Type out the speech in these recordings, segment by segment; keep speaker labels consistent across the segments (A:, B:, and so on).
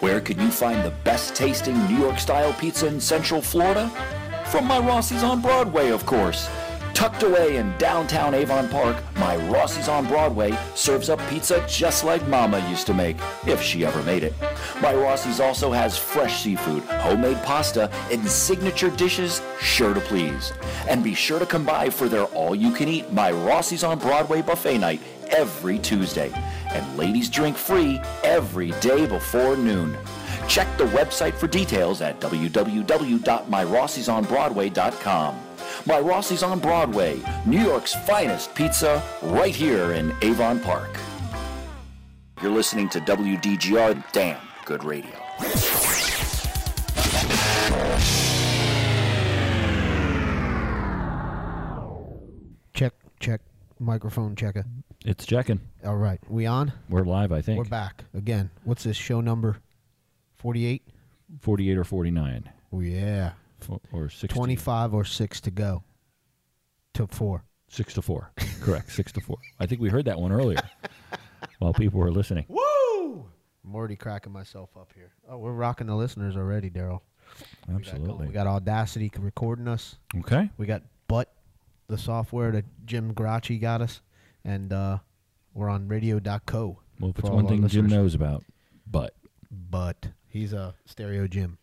A: Where could you find the best tasting New York style pizza in Central Florida? From my Rossi's on Broadway, of course. Tucked away in downtown Avon Park, my Rossi's on Broadway serves up pizza just like Mama used to make, if she ever made it. My Rossi's also has fresh seafood, homemade pasta, and signature dishes sure to please. And be sure to come by for their all you can eat My Rossi's on Broadway buffet night every Tuesday. And ladies drink free every day before noon. Check the website for details at www.myrossiesonbroadway.com. My Rossies on Broadway, New York's finest pizza, right here in Avon Park. You're listening to WDGR Damn Good Radio.
B: Check, check, microphone checker.
C: It's checking.
B: All right, we on?
C: We're live, I think.
B: We're back again. What's this show number? Forty-eight.
C: 48 or 49
B: Oh yeah,
C: Fo- or 60.
B: twenty-five or six to go. To four.
C: 6 to 4. Correct, 6 to 4. I think we heard that one earlier while people were listening.
B: I'm already cracking myself up here. Oh, we're rocking the listeners already, Daryl. We
C: Absolutely.
B: got Audacity recording us.
C: Okay.
B: We got Butt, the software that Jim Gracci got us, and uh, we're on Radio.co.
C: Well, if
B: for
C: it's
B: all
C: one
B: our
C: thing Jim
B: listeners.
C: knows about, but
B: But he's a stereo Jim.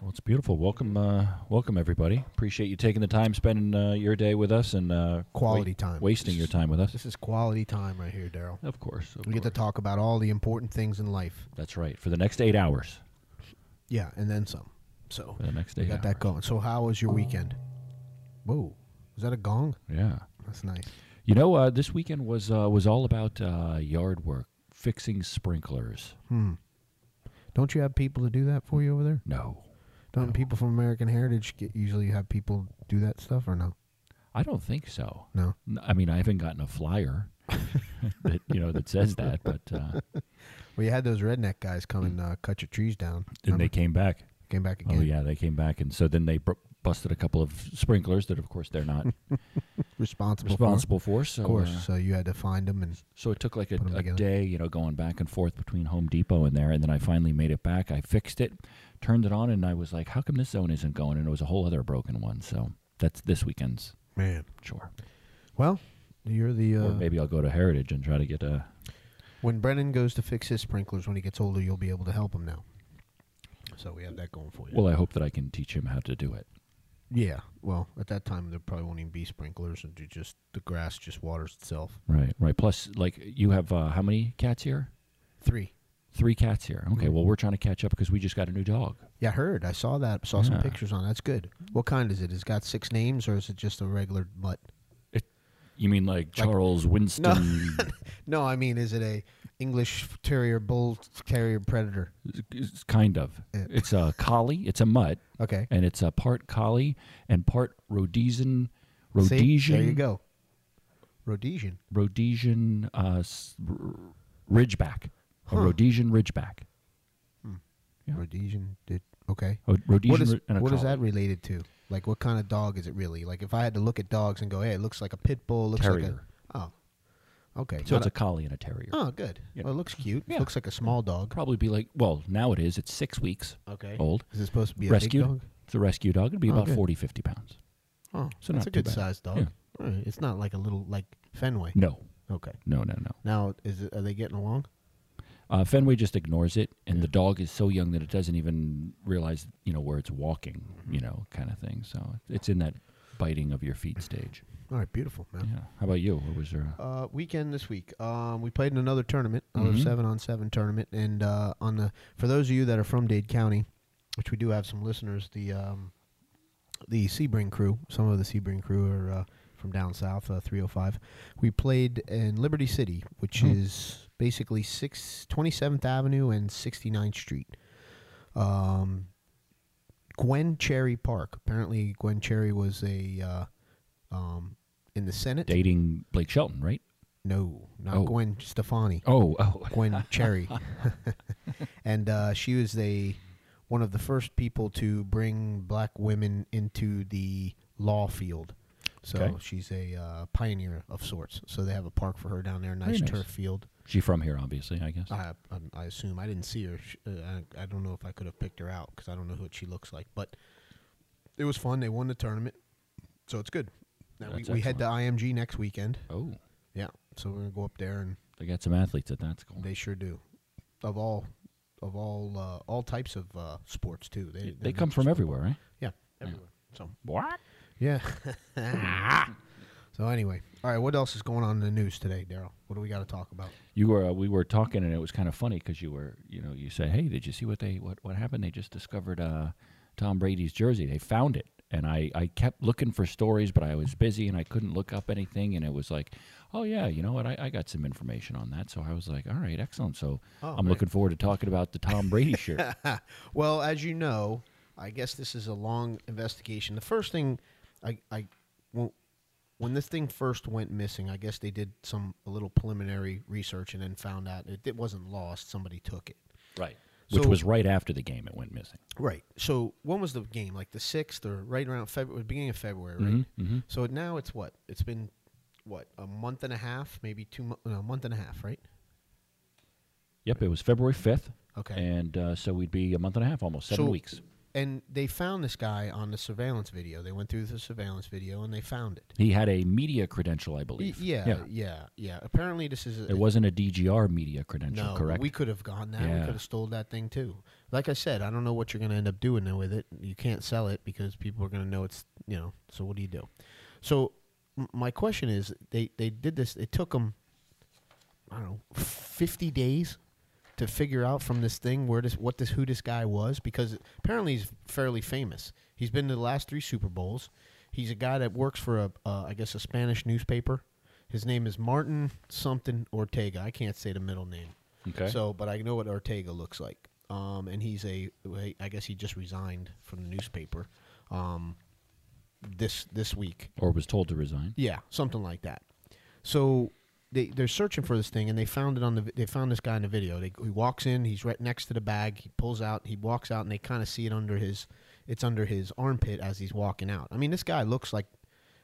C: well, it's beautiful. Welcome, uh, welcome everybody. Appreciate you taking the time, spending uh, your day with us, and uh,
B: Quality time.
C: wasting your time with us.
B: This is quality time right here, Daryl.
C: Of course. of
B: We get to
C: course.
B: talk about all the important things in life.
C: That's right. For the next eight hours.
B: Yeah, and then some. So
C: For the next
B: we
C: eight
B: got that going. So how was your weekend? Whoa, was that a gong?
C: Yeah.
B: That's nice.
C: You know, uh, this weekend was uh, was all about uh, yard work, fixing sprinklers.
B: Hmm. Don't you have people to do that for you over there?
C: No,
B: Don't people from American Heritage get, usually have people do that stuff or no?
C: I don't think so.
B: No.
C: N- I mean, I haven't gotten a flyer that you know that says that, but uh,
B: Well, you had those redneck guys come and uh, cut your trees down.
C: then Mm. they
B: Remember?
C: came back.
B: came back again.
C: Oh yeah, they came back, and so then they br- busted a couple of sprinklers that, of course, they're not
B: Responsible. for it,
C: responsible for. So,
B: of course.
C: uh,
B: So you had to find them and
C: so it took like a,
B: Put 'em
C: a
B: together.
C: day, you know, going back and forth between Home Depot and there, and then I finally made it back. I fixed it, turned it on, and I was like, "How come this zone isn't going?" And it was a whole other broken one. So that's this weekend's
B: man.
C: chore.
B: Well, you're the uh,
C: or maybe I'll go to Heritage and try to get a.
B: when Brennan goes to fix his sprinklers when he gets older, you'll be able to help him now. So we have that going for you.
C: Well, uh, I hope that I can teach him how to do it.
B: yeah. Well, at that time there probably won't even be sprinklers, and you just the grass just waters itself.
C: Right, right. Plus, like you have uh, how many cats here?
B: Three.
C: Three cats here. Okay,
B: Mm-hmm.
C: well we're trying to catch up because we just got a new dog.
B: Yeah, I heard. I saw that. Saw some
C: Yeah.
B: pictures on. it. That's good. What kind is it? It's got six names, or is it just a regular mutt?
C: You mean like Charles Winston?
B: No, I mean, is it a English terrier, bull terrier, predator?
C: It's kind of.
B: Yeah.
C: It's a collie. It's a mutt,
B: Okay.
C: and it's a part collie and part Rhodesian.
B: See?
C: Rhodesian.
B: There you go. Rhodesian.
C: Rhodesian uh, s- r- ridgeback.
B: Huh.
C: A Rhodesian ridgeback. Yeah.
B: Rhodesian. Did okay.
C: A Rhodesian
B: What is
C: ri- and a
B: what is
C: collie.
B: that related to? Like, what kind of dog is it really? Like, if I had to look at dogs and go, hey, it looks like a pit bull. Looks
C: Terrier.
B: like a. Oh. Okay.
C: So it's
B: Not
C: a collie and a terrier.
B: Oh, good.
C: Yeah.
B: Well, it looks cute.
C: Yeah.
B: Looks like a small dog.
C: probably be like well now it is it's six weeks
B: Okay.
C: old
B: Is it supposed to be a
C: rescued
B: big dog?
C: it's a rescue dog it'd be
B: Oh,
C: about
B: good.
C: forty, fifty 40 50 pounds
B: Oh,
C: So
B: that's
C: not
B: a
C: too
B: good
C: bad.
B: sized dog.
C: Yeah.
B: All right. It's not like a little like Fenway.
C: no
B: Okay.
C: no no no
B: Now, is it, are they getting along?
C: uh, fenway just ignores it and the dog is so young that it doesn't even realize you know where it's walking you know kind of thing so it's in that biting of your feet stage
B: All right. Beautiful, man.
C: yeah how about you what was your
B: Uh, weekend this week, um, we played in another tournament, another seven on seven tournament, and uh, on the for those of you that are from Dade County, which we do have some listeners, the um, the Sebring crew, some of the Sebring crew are uh, from down south, uh, 305. We played in Liberty City, which is basically six, 27th Avenue and 69th Street. Um, Gwen Cherry Park. Apparently, Gwen Cherry was a uh, um, in the Senate.
C: dating blake shelton right
B: No, not
C: Oh.
B: Gwen Stefani.
C: oh oh
B: Gwen Cherry. and uh, she was the one of the first people to bring black women into the law field. So
C: Okay.
B: she's a uh, pioneer of sorts. So they have a park for her down there,
C: Very
B: nice
C: nice.
B: turf field.
C: She from here, obviously. I guess.
B: I, I, I assume I didn't see her. Sh- uh, I, I don't know if I could have picked her out because I don't know what she looks like. But it was fun. They won the tournament, so it's good. Now we,
C: That's
B: we head to IMG next weekend.
C: oh,
B: Yeah, so we're gonna go up there and
C: they got some athletes at that school.
B: they sure do. Of all, of all, uh, all types of uh, sports too. They
C: They,
B: they're
C: come
B: not
C: from
B: just-
C: everywhere, right?
B: Yeah, everywhere. So
C: What?
B: yeah. so anyway, all right. What else is going on in the news today, Daryl? What do we got to talk about?
C: You were. Uh, we were talking, and it was kind of funny because you were. You know, you said, "Hey, did you see what they what what happened? They just discovered uh, Tom Brady's jersey. They found it." And I, I kept looking for stories, but I was busy and I couldn't look up anything. And it was like, oh, yeah, you know what? I, I got some information on that. So I was like, all right, excellent. So
B: Oh,
C: I'm looking forward to talking about the Tom Brady shirt.
B: Well, as you know, I guess this is a long investigation. The first thing, I, I when, when this thing first went missing, I guess they did some a little preliminary research and then found out it, it wasn't lost. Somebody took it.
C: right. Which
B: So-
C: was right after the game it went missing.
B: Right. So when was the game? Like the sixth or right around February, beginning of February, right?
C: Mm-hmm.
B: So now it's what? It's been what a month and a half, maybe two, mo- no, a month and a half, right?
C: Yep, it was February 5th.
B: Okay.
C: And uh, so we'd be a month and a half, almost seven
B: So-
C: weeks.
B: And they found this guy on the surveillance video. They went through the surveillance video and they found it.
C: He had a media credential, I
B: Y-
C: believe.
B: Yeah, yeah, yeah, Apparently, this is a,
C: It wasn't a DGR media credential,
B: no.
C: correct?
B: We could have gone that. We
C: Yeah.
B: could have stole that thing too. Like I said, I don't know what you're going to end up doing with it. You can't sell it because people are going to know it's you know. So what do you do? So m- my question is, they they did this. It took them, I don't know, fifty days to figure out from this thing where this what this who this guy was because apparently he's fairly famous. He's been to the last three Super Bowls. He's a guy that works for a uh, I guess a Spanish newspaper. His name is Martin something Ortega. I can't say the middle name.
C: Okay.
B: So, but I know what Ortega looks like. Um, and he's a I guess he just resigned from the newspaper. Um, this this week.
C: or was told to resign.
B: Yeah, something like that. So they they're searching for this thing, and they found it on the vi- they found this guy in the video. They, he walks in, he's right next to the bag. He pulls out, he walks out, and they kind of see it under his it's under his armpit as he's walking out. I mean, this guy looks like,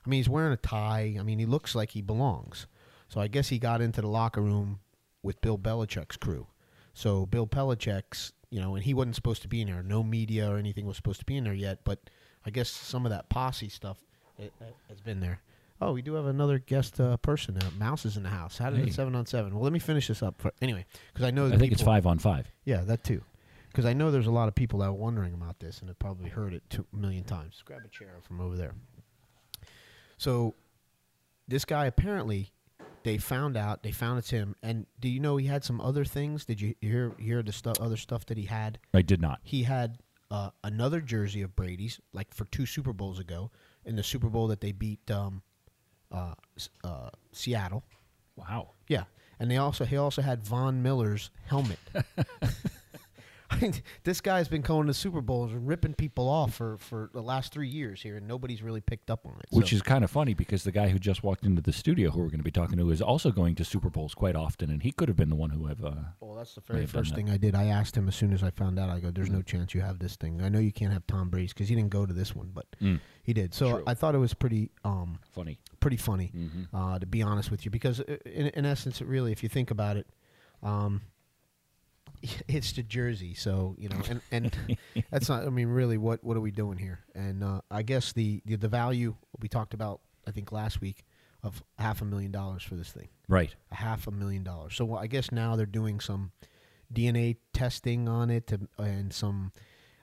B: I mean, he's wearing a tie. I mean, he looks like he belongs. So I guess he got into the locker room with Bill Belichick's crew. So Bill Belichick's, you know, and he wasn't supposed to be in there. No media or anything was supposed to be in there yet. But I guess some of that posse stuff it, it has been there. Oh, we do have another guest uh, person. Now. Mouse is in the house. How did
C: Hey.
B: it seven on seven? Well, let me finish this up for, anyway because I know
C: I
B: that
C: think it's
B: people-
C: five on five.
B: Yeah, that too. Because I know there's a lot of people that are wondering about this and have probably heard it two million times. Grab a chair from over there. So, this guy apparently, they found out they found it's him. And do you know he had some other things? Did you hear hear the stuff other stuff that he had?
C: I did not.
B: He had uh, another jersey of Brady's, like for two Super Bowls ago, in the Super Bowl that they beat um, uh, S- uh, Seattle.
C: Wow.
B: Yeah, and they also he also had Von Miller's helmet. I mean, this guy's been going to Super Bowls and ripping people off for, for the last three years here, and nobody's really picked up on it.
C: Which is kind of funny because the guy who just walked into the studio, who we're going to be talking to, is also going to Super Bowls quite often, and he could have been the one who have. Uh,
B: well, that's the
C: may
B: very
C: have done
B: first
C: that.
B: thing I did. I asked him as soon as I found out. I go, "There's
C: Mm.
B: no chance you have this thing. I know you can't have Tom Brady's because he didn't go to this one, but
C: Mm.
B: he did." So I thought it was pretty um,
C: funny.
B: pretty funny, uh, to be honest with you, because i- in, in essence, it really, if you think about it, um, it's the jersey. So you know, and, and that's not. I mean, really, what what are we doing here? And uh, I guess the, the the value we talked about, I think last week, of half a million dollars for this thing,
C: Right.
B: a half a million dollars. So I guess now they're doing some DNA testing on it to, and some.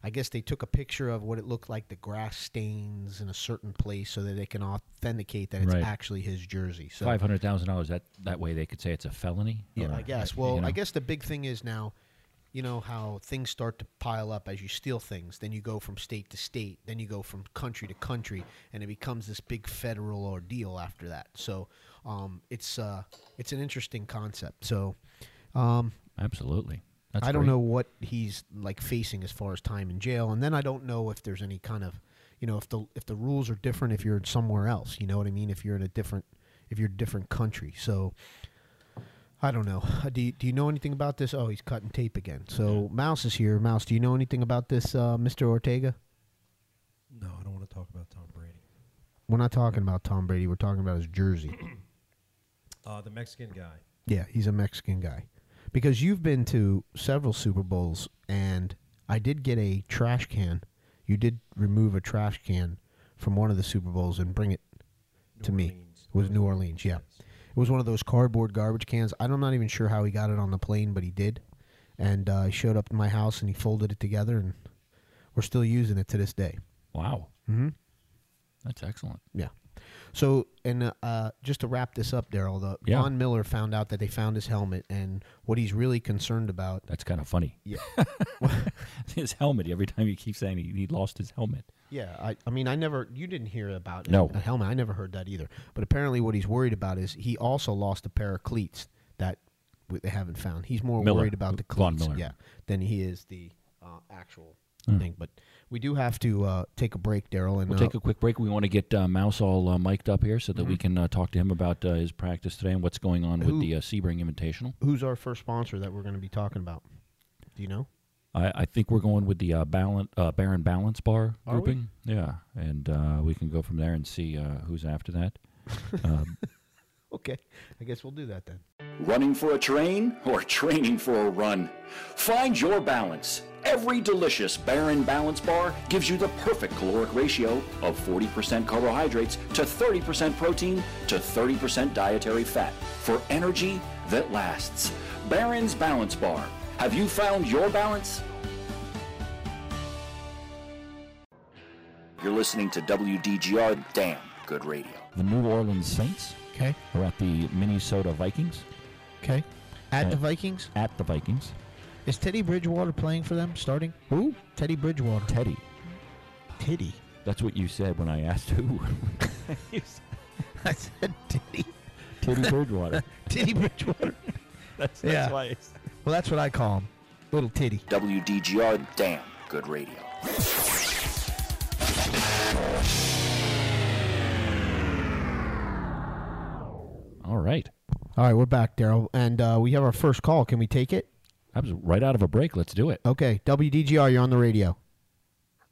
B: I guess they took a picture of what it looked like the grass stains in a certain place so that they can authenticate that it's
C: Right.
B: actually his jersey. So
C: Five hundred thousand dollars. That that way they could say it's a felony.
B: yeah,
C: or-
B: I guess.
C: you
B: Well,
C: know?
B: I guess the big thing is now, you know how things start to pile up as you steal things. Then you go from state to state. Then you go from country to country, and it becomes this big federal ordeal after that. So, um, it's uh, it's an interesting concept. So, um,
C: absolutely. That's
B: I don't
C: great.
B: know what he's like facing as far as time in jail, and then I don't know if there's any kind of, you know, if the if the rules are different if you're somewhere else. You know what I mean? If you're in a different, if you're a different country. So, I don't know. Uh, Do you, do you know anything about this? Oh, he's cutting tape again. So Mouse is here. Mouse, do you know anything about this, uh, Mr. Ortega?
D: No, I don't want to talk about Tom Brady.
B: We're not talking about Tom Brady. We're talking about his jersey.
D: Uh, the Mexican guy.
B: Yeah, he's a Mexican guy. Because you've been to several Super Bowls, and I did get a trash can. You did remove a trash can from one of the Super Bowls and bring it to me.
D: Orleans.
B: It was New Orleans, yeah. It was one of those cardboard garbage cans. I don't- I'm not even sure how he got it on the plane, but he did. And uh, he showed up to my house and he folded it together, and we're still using it to this day.
C: Wow. Mm-hmm. That's excellent.
B: Yeah. So, and uh, uh, just to wrap this up, Daryl, the
C: Yeah.
B: Von Miller found out that they found his helmet, and what he's really concerned about.
C: That's kind of funny.
B: Yeah.
C: his helmet. Every time you keep saying he, he lost his helmet.
B: Yeah, I, I mean, I never, you didn't hear about
C: No.
B: a helmet. I never heard that either. But apparently, what he's worried about is he also lost a pair of cleats that w- they haven't found. He's more
C: Miller,
B: worried about the
C: Von
B: cleats,
C: Miller. Hmm.
B: yeah, than he is the uh, actual thing. But we do have to uh, take a break, Daryl, and
C: We'll
B: uh,
C: take a quick break. We want to get uh, Mouse all uh, mic'd up here so that
B: Mm-hmm.
C: we can uh, talk to him about uh, his practice today and what's going on with
B: Who-
C: the uh, Sebring Invitational.
B: who's our first sponsor that we're going to be talking about? Do you know?
C: I, I think we're going with the uh, balance, uh, Baron Balance Bar
B: Are we?
C: grouping. Yeah, and uh, we can go from there and see uh, who's after that. Um,
B: Okay, I guess we'll do that then.
A: Running for a train or training for a run? Find your balance. Every delicious Baron Balance Bar gives you the perfect caloric ratio of 40% carbohydrates to 30% protein to 30% dietary fat for energy that lasts. Baron's Balance Bar. Have you found your balance? You're listening to WDGR Damn Good Radio.
C: the New Orleans Saints
B: Okay,
C: are at the Minnesota Vikings.
B: okay. At
C: Uh,
B: the Vikings,
C: At the Vikings.
B: is Teddy Bridgewater playing for them? Starting
C: Who?
B: Teddy Bridgewater.
C: Teddy.
B: Teddy.
C: That's what you said when I asked who. You said
B: I said Teddy.
C: Teddy Bridgewater.
B: Teddy Bridgewater.
C: That's, that's
B: Yeah.
C: why. I-
B: Well, that's what I call him. Little titty.
A: WDGR Damn Good Radio.
C: All right.
B: All right, we're back, Daryl, and uh, we have our first call. Can we take it?
C: I was right out of a break. Let's do it.
B: Okay, WDGR, you're on the radio.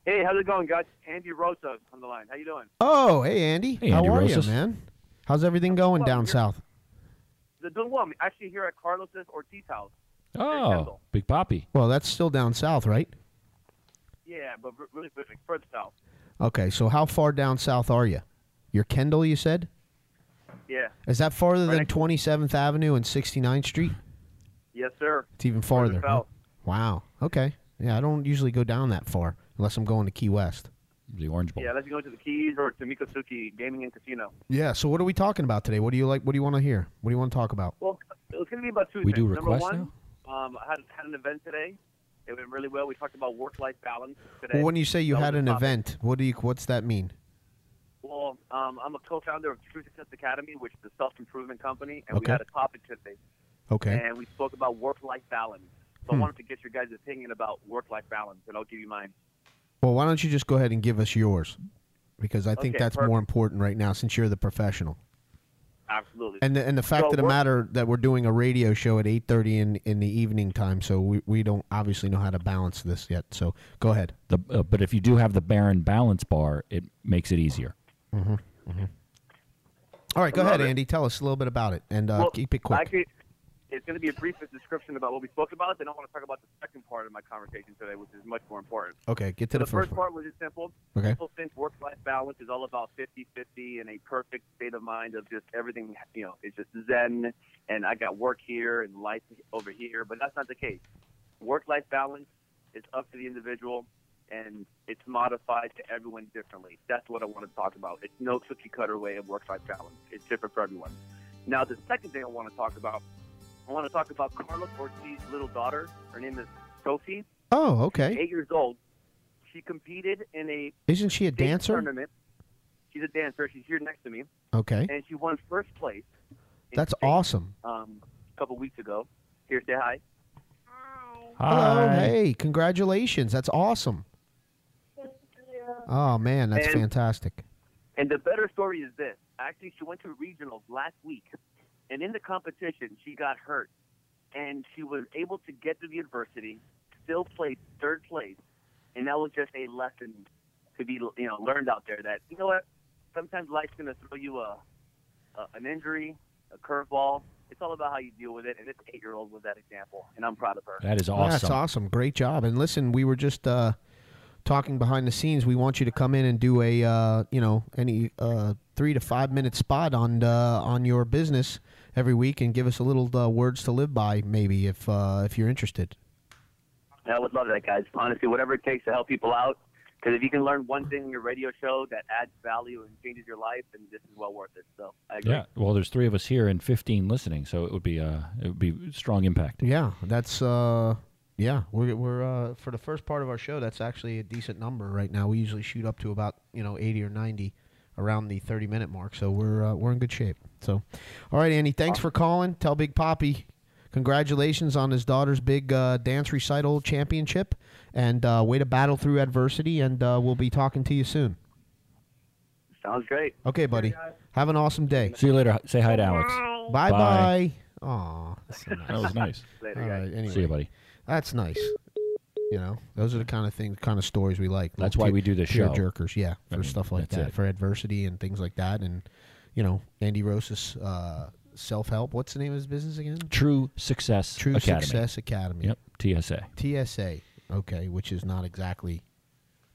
E: Hey, how's it going, guys? Andy Rosa on the line. How you doing?
B: Oh, hey, Andy.
C: Hey,
B: How
C: Andy
B: are
C: Rosas.
B: you, man? How's everything going
E: Well,
B: down
E: here-
B: south?
E: The doing well. I'm actually here at Carlos's Ortiz house.
C: Oh,
E: Kendall.
C: Big Poppy.
B: Well, that's still down south, right?
E: Yeah, but re- really, really further south.
B: Okay, so how far down south are you? You're Kendall, you said?
E: Yeah.
B: Is that farther than
E: next-
B: 27th Avenue and 69th Street?
E: Yes, sir.
B: It's even farther. huh?
E: south.
B: Wow. Okay. Yeah, I don't usually go down that far unless I'm going to Key West.
C: The Orange Bowl.
E: Yeah, unless you go to the Keys or to Mikosuki Gaming and Casino.
B: Yeah. So what are we talking about today? What do you like? What do you want to hear? What do you want to talk about?
E: Well, it's going to be about two
C: We
E: things.
C: do
E: Number
C: requests
E: one, um, I had, had an event today. It went really well. We talked about work-life balance today.
B: Well, when you say you
E: That was
B: had
E: the
B: an
E: topic.
B: event, what do you? What's that mean?
E: Well, um, I'm a co-founder of True Success Academy, which is a self-improvement company, and
B: Okay.
E: we had a topic today.
B: Okay. Hmm.
E: and we spoke about work-life balance. So I wanted to get your guys' opinion about work-life balance, and I'll give you mine.
B: Well, why don't you just go ahead and give us yours? Because I think
E: Okay,
B: that's
E: perfect.
B: more important right now since you're the professional.
E: Absolutely.
B: And the, and the fact
E: So
B: of the
E: what-
B: matter that we're doing a radio show at 8:30 in in the evening time, so we, we don't obviously know how to balance this yet. So go ahead.
C: The, uh, but if you do have the Baron Balance Bar, it makes it easier.
B: All right, go
E: Love
B: ahead,
E: it.
B: Andy. Tell us a little bit about it and uh,
E: Well,
B: keep it
E: I
B: quick.
E: could, it's going to be a brief description about what we spoke about. Then I want to talk about the second part of my conversation today, which is much more important.
B: okay, get to
E: So
B: the,
E: the first
B: one.
E: part was just simple.
B: Okay.
E: People think work-life balance is all about 50-50 and a perfect state of mind of just everything, you know, it's just zen and I got work here and life over here, but that's not the case. Work-life balance is up to the individual and it's modified to everyone differently. That's what I want to talk about. It's no cookie-cutter way of work-life balance. It's different for everyone. Now, the second thing I want to talk about, I want to talk about Carlos Ortiz's little daughter. Her name is Sophie,
B: Oh, okay.
E: eight years old. She competed in a
B: Isn't she a
E: state
B: dancer?
E: tournament. She's a dancer. She's here next to me,
B: Okay,
E: and she won first place. in
B: that's
E: state,
B: awesome.
E: Um, a couple weeks ago. Here, say hi.
B: Hello,
C: Hi.
B: Oh, hey, congratulations. That's awesome. Oh man, that's
E: And-
B: fantastic.
E: And the better story is this: actually, she went to regionals last week, and in the competition, she got hurt, and she was able to get to the adversity, still played third place, and that was just a lesson to be you know learned out there that you know what sometimes life's going to throw you a, a an injury, a curveball, It's all about how you deal with it, and this eight-year-old was that example, and I'm proud of her.
C: That is
B: Well,
C: awesome.
B: That's awesome. Great job. And listen, we were just uh, talking behind the scenes. We want you to come in and do a uh, you know any uh, three to five minute spot on uh, on your business every week and give us a little uh, words to live by, maybe if uh, if you're interested.
E: And I would love that, guys. Honestly, whatever it takes to help people out, because if you can learn one thing in your radio show that adds value and changes your life, then this is well worth it. So I agree.
C: Yeah. Well, there's three of us here and 15 listening, so it would be uh, it would be strong impact.
B: Yeah, that's uh, yeah. We're we're uh, for the first part of our show. That's actually a decent number right now. We usually shoot up to about you know eighty or ninety around the thirty minute mark. So we're uh, we're in good shape. So, all right, Andy.
C: Uh,
B: Thanks for calling. Tell Big Poppy. Congratulations on his daughter's big uh, dance recital championship, and uh, way to battle through adversity. And uh, we'll be talking to you soon.
E: Sounds great.
B: Okay, buddy. Have an awesome day.
C: See you later. Say hi to Alex.
B: Bye bye. Aw. that's so nice.
C: That was nice.
E: Later,
B: All
E: guys.
B: right. Anyway.
C: See you, buddy.
B: That's nice. You know, those are the kind of things, kind of stories we like.
C: That's
B: Little
C: why
B: tear-
C: we do this show.
B: Jerkers, yeah, for
C: mean,
B: stuff like
C: that's
B: that,
C: it.
B: for adversity and things like that, and you know, Andy Rose's uh, self help. What's the name of his business again?
C: True Success
B: True
C: Academy.
B: Success Academy.
C: Yep. TSA.
B: TSA. Okay, which is not exactly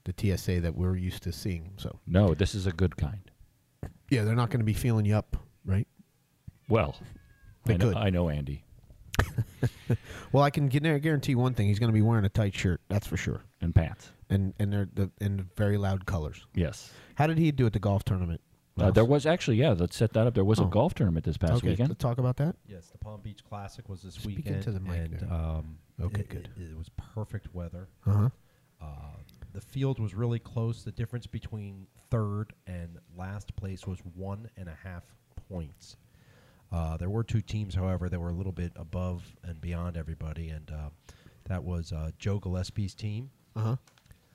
B: the TSA that we're used to seeing. So
C: No, this is a good kind.
B: yeah, they're not going to be feeling you up, right?
C: Well,
B: They
C: I know,
B: could.
C: I know Andy,
B: Well, I can gu- guarantee one thing: he's going to be wearing a tight shirt. That's for sure,
C: and Pat.
B: and and they're the, in very loud colors.
C: Yes.
B: How did he do at the golf tournament?
C: Uh, there was actually, yeah, let's set that up. There was
B: Oh.
C: a golf tournament this past
B: okay,
C: weekend.
B: to talk about that.
D: Yes, the Palm Beach Classic was this
B: Speak
D: weekend.
B: into the mic
D: and,
B: there.
D: um,
B: Okay,
D: it-
B: good.
D: It, it was perfect weather.
B: Uh huh.
D: Uh, the field was really close. The difference between third and last place was one and a half points. Uh, there were two teams, however, that were a little bit above and beyond everybody, and uh, that was uh, Joe Gillespie's team.
B: Uh huh.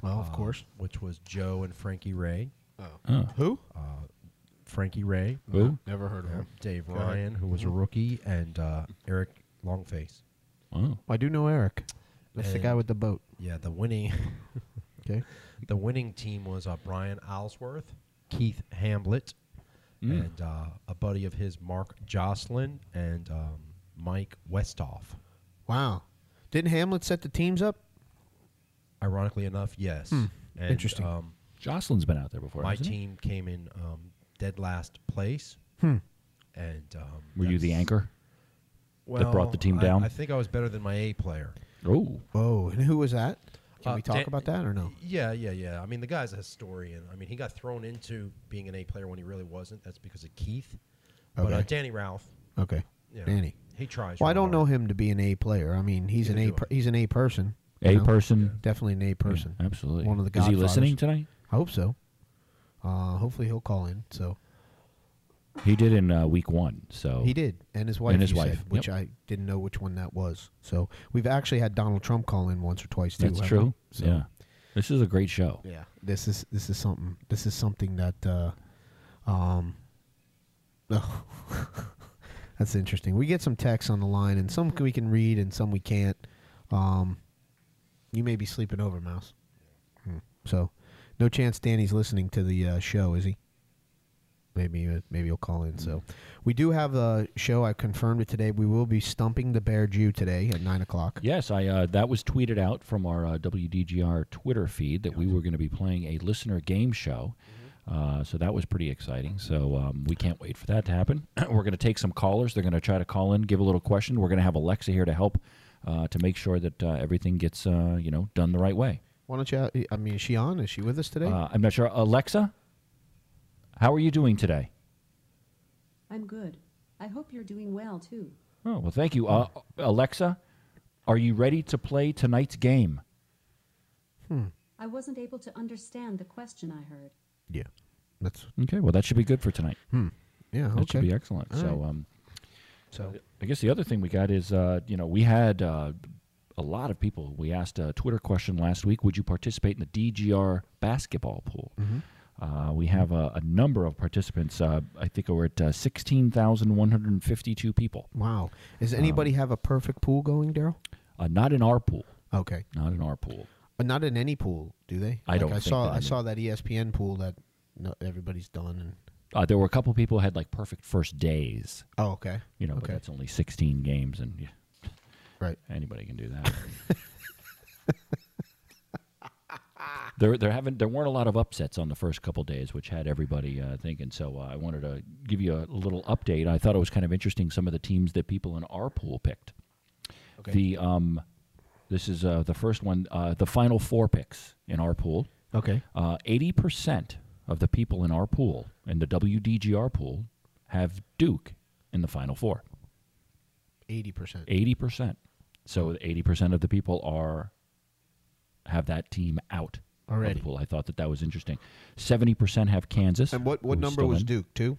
B: Well, of
D: uh,
B: course.
D: Which was Joe and Frankie Ray.
C: Oh.
B: Who?
D: Frankie Ray,
C: Who?
B: Never heard of him.
D: Dave
B: ahead.
D: Ryan, who was a rookie, and uh, Eric Longface.
C: Oh.
B: I do know Eric. That's the guy
D: And-
B: with the boat.
D: Yeah, the winning
B: Okay.
D: the winning team was uh, Brian Islesworth, Keith Hamblett,
C: Mm.
D: and uh, a buddy of his, Mark Jocelyn, and um, Mike Westhoff.
B: Wow. Didn't Hamlet set the teams up?
D: Ironically enough, yes.
C: Hmm.
D: And,
B: Interesting.
D: Um,
C: Jocelyn's been out there before.
D: my
C: hasn't he?
D: team came in um, dead last place. And um,
C: Hmm. Were you the
D: that's-
C: anchor?
D: well,
C: that brought the team
D: I-
C: down?
D: I think I was better than my A player.
C: Oh.
B: Oh, and who was that? Can
D: Uh,
B: we talk
D: Dan-
B: about that or no?
D: Yeah, yeah, yeah. I mean, the guy's a historian. I mean, he got thrown into being an A player when he really wasn't. That's because of Keith. But uh,
B: Okay.
D: Danny Ralph,
B: Okay.
D: yeah,
B: Danny.
D: he tries.
B: Well, I don't
D: real
B: know
D: hard.
B: him to be an A player. I mean, he's an A.
D: Neither do I.
B: Per, he's an A person. you
C: A
B: know?
C: person.
B: Definitely an A person.
C: Yeah, absolutely.
B: One of the
C: Is he
B: Godfathers.
C: listening tonight?
B: I hope so. Uh, hopefully he'll call in. So
C: He did in uh, week one. So
B: He did, and his wife.
C: And his
B: you
C: wife,
B: said, which I didn't know which one that was. So we've actually had Donald Trump call in once or twice too.
C: That's
B: haven't
C: true.
B: we? So,
C: Yeah. This is a great show.
B: yeah. This is this is something. This is something that, uh, um, that's interesting. We get some texts on the line, and some we can read, and some we can't. Um, you may be sleeping over, Mouse. Hmm. So, no chance Danny's listening to the uh, show, is he? Maybe uh, maybe he'll call in.
C: Mm.
B: So, we do have a show. I confirmed it today. We will be stumping the Bear Jew today at nine o'clock.
C: Yes, I uh, that was tweeted out from our uh, WDGR Twitter feed that we were going to be playing a listener game show.
B: Mm-hmm.
C: Uh, so that was pretty exciting. So um, we can't wait for that to happen. we're going to take some callers. They're going to try to call in, give a little question. We're going to have Alexa here to help uh, to make sure that uh, everything gets uh, you know done the right way.
B: Why don't you? uh, I mean, is she on? Is she with us today?
C: Uh, I'm not sure. Alexa, how are you doing today?
F: I'm good. I hope you're doing well too.
C: Oh well, thank you, uh, Alexa. Are you ready to play tonight's game?
F: I wasn't able to understand the question I heard.
B: yeah. That's
C: Okay, well that should be good for tonight.
B: yeah.
C: That
B: okay.
C: should be excellent.
B: All
C: so,
B: right.
C: um,
B: So-
C: I guess the other thing we got is, uh, you know, we had uh, a lot of people. We asked a Twitter question last week: Would you participate in the DGR basketball pool? Uh, we have a, a number of participants. Uh, I think we're at uh, sixteen thousand one hundred fifty-two people.
B: Wow. Does
C: Um,
B: anybody have a perfect pool going, Daryl?
C: Uh, not in our pool.
B: Okay.
C: Not in our pool.
B: But not in any pool, do they?
C: I
B: Like,
C: don't
B: I
C: think
B: saw E
C: that
B: I
C: any-
B: saw that ESPN pool that no, everybody's done and
C: Uh, there were a couple people who had like perfect first days.
B: Oh, okay.
C: You know, but
B: Okay.
C: that's only 16 games, and yeah,
B: Right.
C: anybody can do that. there, there haven't, there weren't a lot of upsets on the first couple days, which had everybody uh, thinking. So uh, I wanted to give you a little update. I thought it was kind of interesting some of the teams that people in our pool picked. The um, this is uh, the first one. Uh, the final four picks in our pool. Uh,
B: Okay.
C: Eighty percent of the people in our pool in the WDGR pool have Duke in the final four.
B: Eighty percent.
C: Eighty percent.
B: Hmm.
C: So eighty percent of the people are have that team out of the
B: Already.
C: pool. I thought that that was interesting. Seventy percent have Kansas.
B: And what what
C: who's
B: number
C: still
B: was
C: in.
B: Duke? Two.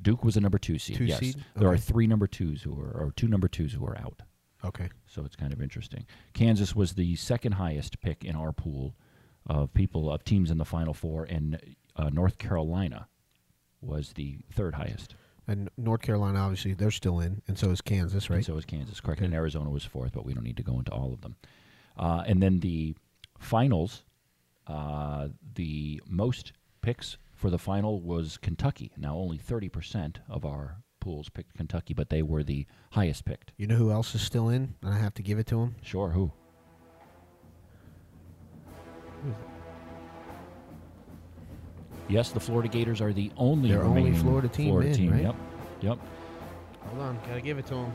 C: Duke was a number two seed.
B: Two
C: yes,
B: seed?
C: there are
B: Okay.
C: three number twos who are or two number twos who are out.
B: Okay.
C: So it's kind of interesting. Kansas was the second highest pick in our pool of people of teams in the Final Four, and uh, North Carolina was the third highest.
B: And North Carolina, obviously, they're still in, and so is Kansas,
C: And
B: right?
C: so was Kansas, correct? And Arizona was fourth, but we don't need to go into all of them. Uh, and then the finals, uh, the most picks for the final was Kentucky. Now only thirty percent of our pools picked Kentucky, but they were the highest picked.
B: you know who else is still in, and I have to give it to him.
C: Sure, who? Yes, the Florida Gators are the only
B: Their only
C: remaining
B: Florida team
C: Florida
B: in,
C: team.
B: right?
C: Yep, yep.
B: Hold on, gotta give it to him.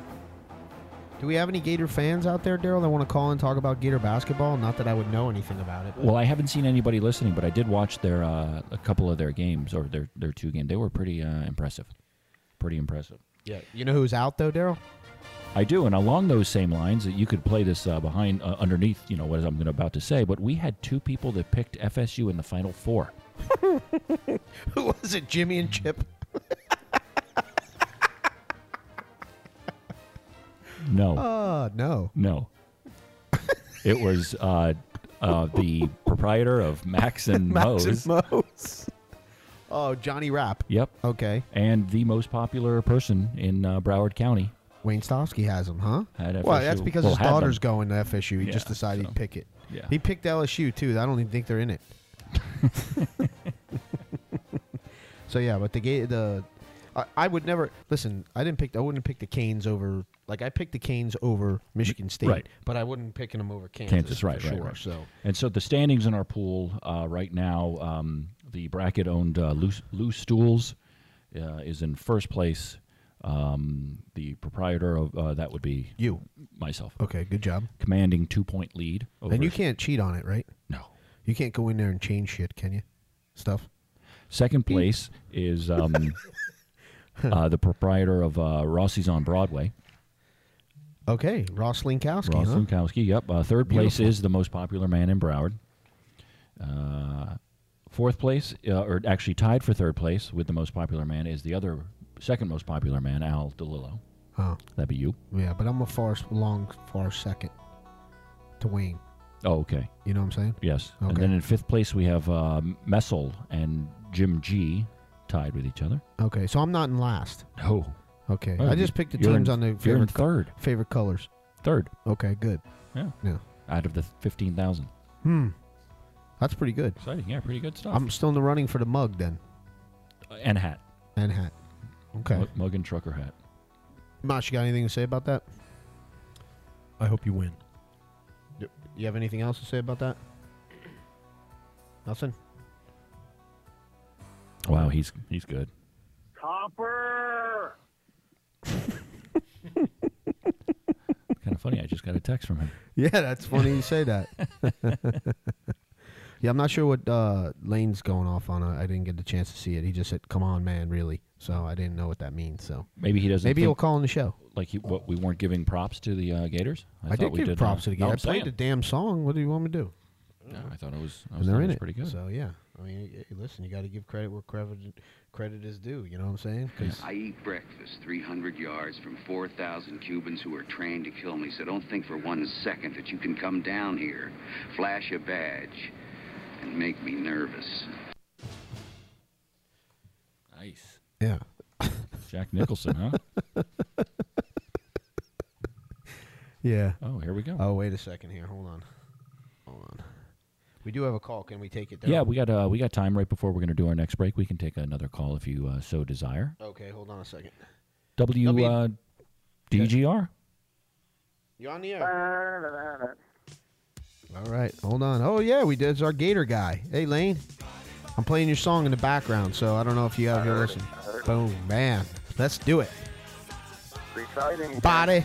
B: Do we have any Gator fans out there, Daryl, that want to call and talk about Gator basketball? Not that I would know anything about it. but-
C: Well, I haven't seen anybody listening, but I did watch their uh, a couple of their games or their their two games. They were pretty uh, impressive, pretty impressive.
B: you know who's out though, Daryl?
C: I do, and along those same lines, you could play this uh, behind uh, underneath. You know what I'm gonna- about to say, but we had two people that picked FSU in the Final Four.
B: Who was it? Jimmy and Chip.
C: No.
B: Uh no.
C: No. it was uh, uh, the proprietor of Max and
B: Max
C: Moe's.
B: and Moe's. oh, Johnny Rap.
C: Yep.
B: Okay.
C: And the most popular person in uh, Broward County.
B: Wayne Stofsky has him, huh?
C: Had
B: Well,
C: FSU
B: that's because
C: well,
B: his
C: had them.
B: daughter's going to FSU. He
C: Yeah,
B: just decided
C: so-
B: he'd pick it.
C: Yeah.
B: He picked LSU too. I don't even think they're in it. so yeah, but the ga- the I, I would never listen. I didn't pick. I wouldn't pick the Canes over. Like I picked the Canes over Michigan State,
C: right.
B: But I wouldn't picking them over Kansas.
C: Kansas, right,
B: for
C: right,
B: sure.
C: right.
B: So
C: And so the standings in our pool uh, right now, um, the bracket owned uh, Loose, Loose Stools uh, is in first place. Um, the proprietor of uh, that would be
B: you
C: myself,
B: okay? Good job.
C: commanding two point lead. Over
B: And you can't cheat on it, right?
C: no.
B: You can't go in there and change shit, can you? Stuff.
C: Second place is um, uh, the proprietor of uh, Rossi's on Broadway,
B: Okay, Ross Linkowski,
C: Ross
B: huh?
C: Lankowski. Yep. Uh, third place
B: Beautiful.
C: is the most popular man in Broward. Uh, fourth place, uh, or actually tied for third place with the most popular man, is the other second most popular man, Al DeLillo.
B: Oh,
C: That'd be you.
B: yeah, but I'm a far long far second to Wayne.
C: Oh, okay.
B: You know what I'm saying?
C: Yes. And
B: Okay.
C: then in fifth place, we have uh, Messel and Jim G tied with each other.
B: Okay, so I'm not in last.
C: No.
B: Okay,
C: Oh,
B: I just picked the
C: you're
B: teams
C: in-
B: on the
C: You're in
B: favorite co-
C: third.
B: favorite colors.
C: Third.
B: Okay, good.
C: Yeah.
B: Yeah,
C: Out of the 15,000.
B: that's pretty good.
C: Exciting. Yeah, pretty good stuff.
B: I'm still in the running for the mug then
C: and hat.
B: and hat. Okay,
C: Mug- Mug and trucker hat.
B: Mosh, you got anything to say about that?
D: I hope you win.
B: You have anything else to say about that? Nothing.
C: Wow, he's he's good.
E: Copper.
C: kind of funny. I just got a text from him.
B: Yeah, that's funny you say that. yeah, I'm not sure what uh, Lane's going off on. I I didn't get the chance to see it. He just said, "Come on, man, really." So I didn't know what that means. So
C: Maybe he doesn't.
B: maybe
C: think-
B: he'll call in the show.
C: like he, what we weren't giving props to the uh, Gators.
B: I, did give
C: uh,
B: props to the game. I played the
C: it.
B: damn song. What do you want me to do?
C: No, I thought it was. I
B: and
C: was,
B: they're
C: thought it
B: in
C: was
B: it.
C: pretty good.
B: So yeah, I mean, y- y- listen, you got to give credit where credit credit is due. You know what I'm saying? 'Cause-
G: I eat breakfast 300 yards from 4,000 Cubans who are trained to kill me, so don't think for one second that you can come down here, flash a badge, and make me nervous.
C: Nice,
B: yeah.
C: Jack Nicholson, huh?
B: Yeah.
C: Oh, here we go. Oh,
B: Uh, Oh wait a second here. Hold on. Hold on. We do have a call. Can we take it? Down?
C: Yeah, we got uh, we got time right before we're going to do our next break. We can take another call if you uh, so desire.
B: Okay, hold on a second.
C: W
B: W-
C: uh, DGR.
B: You're on the air. All right, hold on. Oh yeah, we did. It's our Gator guy. Hey Lane, I'm playing your song in the background, so I don't know if you out here listening. Boom, man, let's do it.
H: Exciting.
B: Body.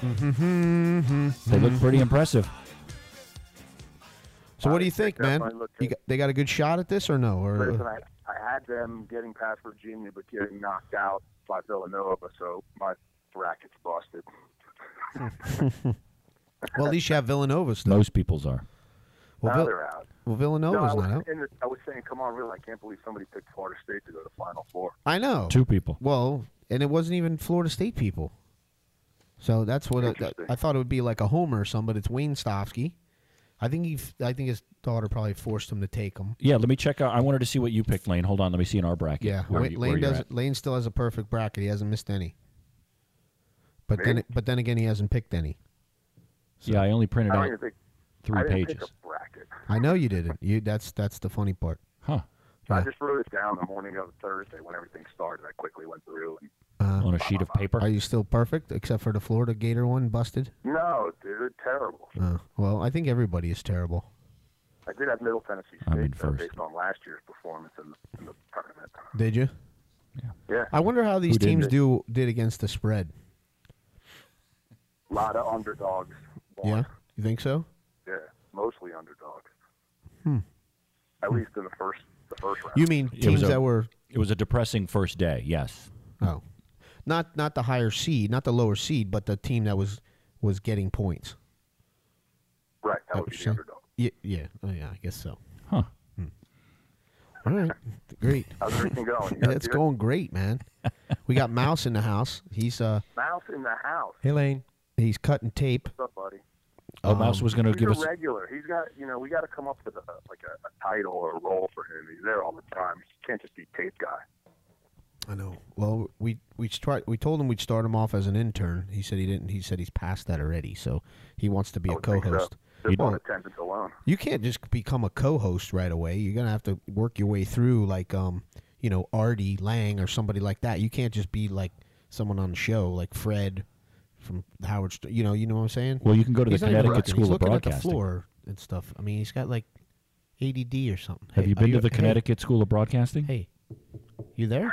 C: They look pretty impressive.
B: So what do you think, man?
H: definitely looked
B: You
H: good.
B: got, they got a good shot at this or no? Or
H: Listen, I, I had them getting past Virginia, but getting knocked out by Villanova, so my bracket's busted.
B: well, at least you have Villanova still.
C: Most people's are.
B: Well,
H: now
B: Vil-
H: they're out.
B: well
H: No, I,
B: Villanova's
H: was,
B: not out.
H: in the, I was saying, come on, really, I can't believe somebody picked Florida State to go to Final Four.
B: I know.
C: Two people.
B: Well, and it wasn't even Florida State people. So that's what I-
H: Interesting.
B: I thought it would be like a homer or something, but it's Wayne Stofsky. I think he, f- I think his daughter probably forced him to take him.
C: Yeah, let me check out. I wanted to see what you picked, Lane. Hold on, let me see in our bracket.
B: Yeah,
C: where
B: Wayne-
C: you- where
B: Lane
C: you're
B: does.
C: at.
B: Lane still has a perfect bracket. He hasn't missed any. But then, but then again, he hasn't picked any.
C: Yeah, I only printed
H: I don't
C: out
H: even think
C: three
H: I didn't
C: pages.
H: pick a bracket.
B: I know you didn't. You that's that's the funny part.
C: Huh?
H: I
B: Yeah.
H: just wrote it down the morning of Thursday when everything started. I quickly went through. And,
C: On a sheet of paper.
B: Are you still perfect except for the Florida Gator one busted?
H: no, dude, terrible.
B: Uh, well, I think everybody is terrible.
H: I did have Middle Tennessee
C: I'm in
H: State though,
C: first.
H: based on last year's performance in the, in the tournament.
B: Did you?
H: Yeah,
B: I wonder how these
C: Who did
B: teams
C: it?
B: do did against the spread.
H: a lot of underdogs. won.
B: Yeah, you think so?
H: Yeah, mostly underdogs. At least in the first the first round.
B: Hmm. You mean
C: It was
B: teams
C: a-
B: that were
C: It was a depressing first day. Yes.
B: oh, not not the higher seed, not the lower seed, but the team that was was getting points.
H: right, that
B: Oh,
H: would be
B: shit.
H: the underdog.
B: Yeah, yeah, oh, yeah. I guess so. Hmm.
C: Huh?
B: All right, great.
H: How's everything going? You
B: Yeah,
H: guys
B: it's
H: good?
B: going great, man. We got Mouse in the house. He's uh
H: Mouse in the house.
D: Hey, Lane.
B: he's cutting tape.
H: What's up, buddy?
C: Oh, Mouse was going to
B: Um,
H: He's
C: give
H: a
C: us.
H: regular. He's got you know we got to come up with a like a, a title or a role for him. He's there all the time. He can't just be tape guy.
B: I know. Well, we we tried. We told him we'd start him off as an intern. He said he didn't. He said he's past that already. So he wants to be
H: I
B: a
H: would think so.
B: co-host.
H: Just on
B: Well,
H: attendance alone.
B: you can't just become a co-host right away. You're gonna have to work your way through, like um, you know, Artie Lang or somebody like that. You can't just be like someone on the show, like Fred from Howard. St- you know, you know what I'm saying?
C: Well, you can go to the
B: He's not even
C: Connecticut
B: looking.
C: School
B: he's looking
C: of
B: at the
C: Broadcasting.
B: floor and stuff. I mean, he's got like ADD or something.
C: Have
B: Hey,
C: you
B: are
C: been to the
B: hey,
C: Connecticut School of Broadcasting?
B: Hey, you there?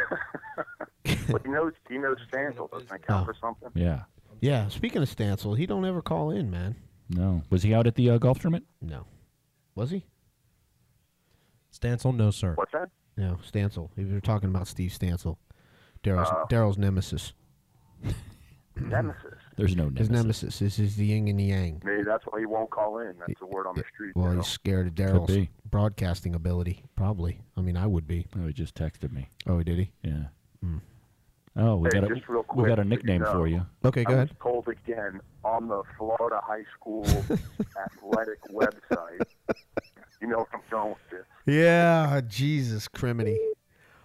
H: But he knows he knows Stansel. Doesn't that count
B: Oh.
H: for something?
C: Yeah.
B: yeah. Speaking of Stancil, he don't ever call in, man.
C: No. Was he out at the uh, golf tournament?
B: No, was he?
D: Stancil, no, sir.
H: What's that?
B: No, Stancil. We were talking about Steve Stancil, Daryl's Daryl's nemesis. Mm-hmm.
H: Nemesis.
C: There's no
B: His
C: nemesis.
B: nemesis. This is the yin and the yang.
H: Maybe that's why he won't call in. That's the word on the street.
B: Well,
H: now.
B: he's scared of Daryl's
C: be.
B: broadcasting ability. Probably. I mean, I would be.
C: Oh, he just texted me.
B: Oh, did he?
C: Yeah.
B: Hmm.
C: Oh, we
H: Hey,
C: got a
H: just real
C: we got
H: quick,
C: a
H: so you
C: nickname
H: know.
C: for you.
B: Okay, go
H: I
B: ahead.
H: was told again on the Florida High School athletic website. You know where I'm going with this.
B: Yeah, Jesus criminy.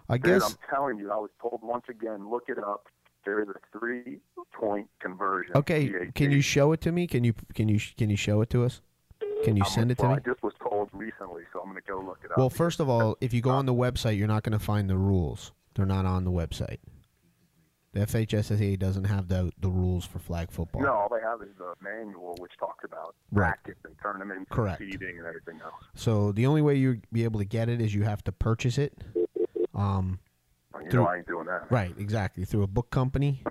B: I
H: Dude,
B: guess.
H: I'm telling you, I was told once again, look it up. There is a three point conversion.
B: Okay,
H: PhD.
B: can you show it to me? Can you can you can you show it to us? Can you
H: I'm-
B: send it to
H: well,
B: me?
H: I just was told recently, so I'm going to go look it Uh, up.
B: Well, first of all, if you go on the website, you're not going to find the rules. They're not on the website. The FHSSA doesn't have the the rules for flag football.
H: no, all they have is the manual, which talks about
B: Right.
H: practice and tournaments,
B: Correct.
H: and seeding, and everything else.
B: So the only way you'd be able to get it is you have to purchase it. Um,
H: Well, You
B: Through-
H: know, I ain't doing that.
B: Right, exactly. Through a book company,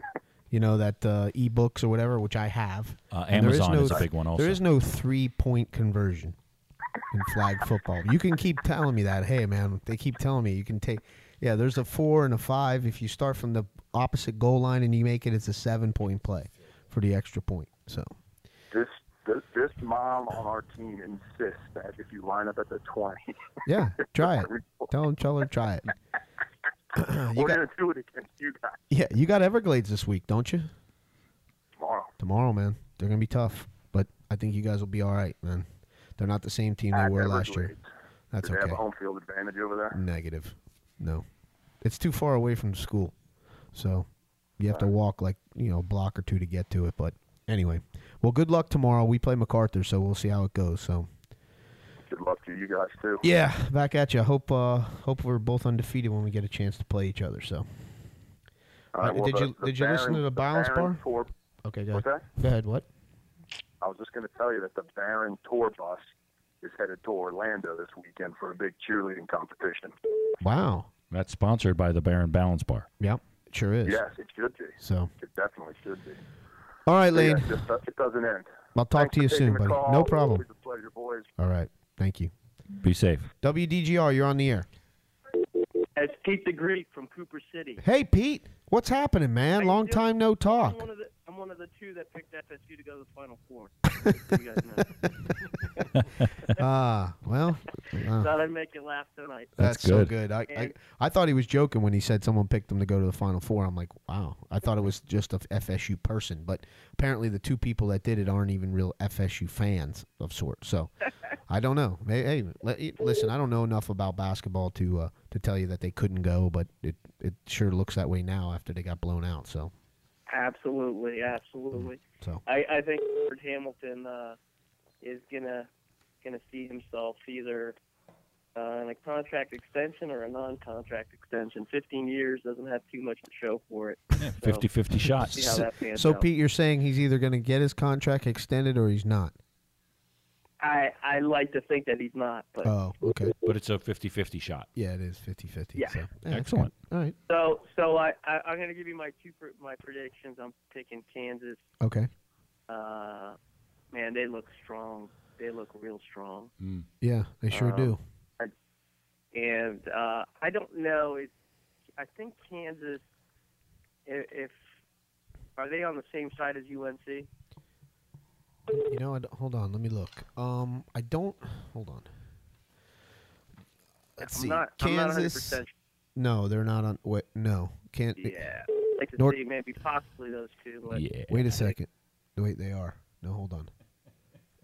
B: you know that uh, ebooks or whatever, which I have.
C: Uh,
B: And there
C: Amazon
B: no
C: is a
B: th-
C: big one
B: There
C: also.
B: is no three-point conversion in flag football. You can keep telling me that. Hey, man, they keep telling me you can take. Yeah, there's a four and a five. If you start from the opposite goal line and you make it, it's a seven-point play for the extra point. So
H: This, this this mom on our team insists that if you line up at the 20,
B: yeah, try it. Tell them, tell her, try it. Uh, you
H: we're
B: got
H: going to do it against you guys
B: yeah, you got Everglades this week, don't you?
H: tomorrow.
B: tomorrow, man. They're gonna be tough, but I think you guys will be all right, man. They're not the same team they
H: At
B: were last year.
H: Everglades.
B: That's
H: Do they
B: okay. Mm.
H: have a home field advantage over there?
B: Negative. No, it's too far away from school, so you have to walk like you know a block or two to get to it. But anyway, well, good luck tomorrow. We play MacArthur, so we'll see how it goes. So
H: Good luck
I: you guys too.
B: Yeah, back at you. Hope uh, hope we're both undefeated when we get a chance to play each other. So,
I: All right,
B: Uh, did
I: the-
B: you-
I: the
B: did you listen
I: Barons-
B: to the Balance
I: Barons
B: Bar?
I: Tour,
B: okay, go
I: what's
B: ahead.
I: that?
B: Go ahead. What?
I: I was just going to tell you that the Baron Tour bus is headed to Orlando this weekend for a big cheerleading competition.
B: Wow.
C: That's sponsored by the Baron Balance Bar.
B: Yep. Sure is.
I: Yes, it should be.
B: So,
I: It definitely should be.
B: all right,
I: So, yeah,
B: Lane.
I: it, just, it doesn't end.
B: I'll talk
I: uh, Thanks
B: to you
I: for
B: soon,
I: taking the
B: buddy.
I: call.
B: No problem.
I: Always a pleasure, boys.
B: All right. Thank you.
C: Be safe.
B: WDGR, you're on the air.
E: It's Pete the Greek from Cooper City.
B: Hey, Pete. What's happening, man?
E: How you
B: Long
E: doing?
B: time no
E: I'm
B: talk.
E: one of the I'm one of the two that picked FSU to go to the Final Four. Just so you guys know.
B: Ah, well, uh,
E: Thought I'd make you laugh tonight.
B: that's,
C: That's
B: so
C: good.
B: good. I, I
E: And-
B: I thought he was joking when he said someone picked him to go to the Final Four. I'm like, wow. I thought it was just a FSU person, but apparently the two people that did it aren't even real FSU fans of sort. So I don't know. Hey, hey li- listen, I don't know enough about basketball to uh, to tell you that they couldn't go, but it it sure looks that way now after they got blown out. So
E: Absolutely, absolutely.
B: so
E: I, I think George Hamilton uh, is gonna gonna see himself either uh, in a contract extension or a non-contract extension. Fifteen years doesn't have too much to show for it.
C: Yeah, 50-50
E: See
C: shots.
E: how that pans
B: so
E: out.
B: Pete, you're saying he's either going to get his contract extended or he's not.
E: I I like to think that he's not, but
B: Oh, okay.
C: But it's a 50-50 shot.
B: Yeah, it is 50-50.
E: Yeah.
B: So, yeah, that's good.
C: Excellent.
B: All right.
E: so so I, I I'm gonna give you my two pr- my predictions. I'm picking Kansas.
B: Okay.
E: Uh, man, they look strong. They look real strong.
B: Yeah, they sure
E: Um,
B: do.
E: and uh, I don't know. It, I think Kansas, if, if are they on the same side as UNC?
B: You know, I don't- hold on. Let me look. Um, I don't. Hold on. Let's see.
E: I'm not. I'm not 100
B: Kansas.
E: percent.
B: no, they're not on. Wait, no. Can't.
E: Yeah, I'd like to
B: Nor-
E: see maybe possibly those two. But
C: Yeah.
B: Wait a second. Wait, they are. No, hold on.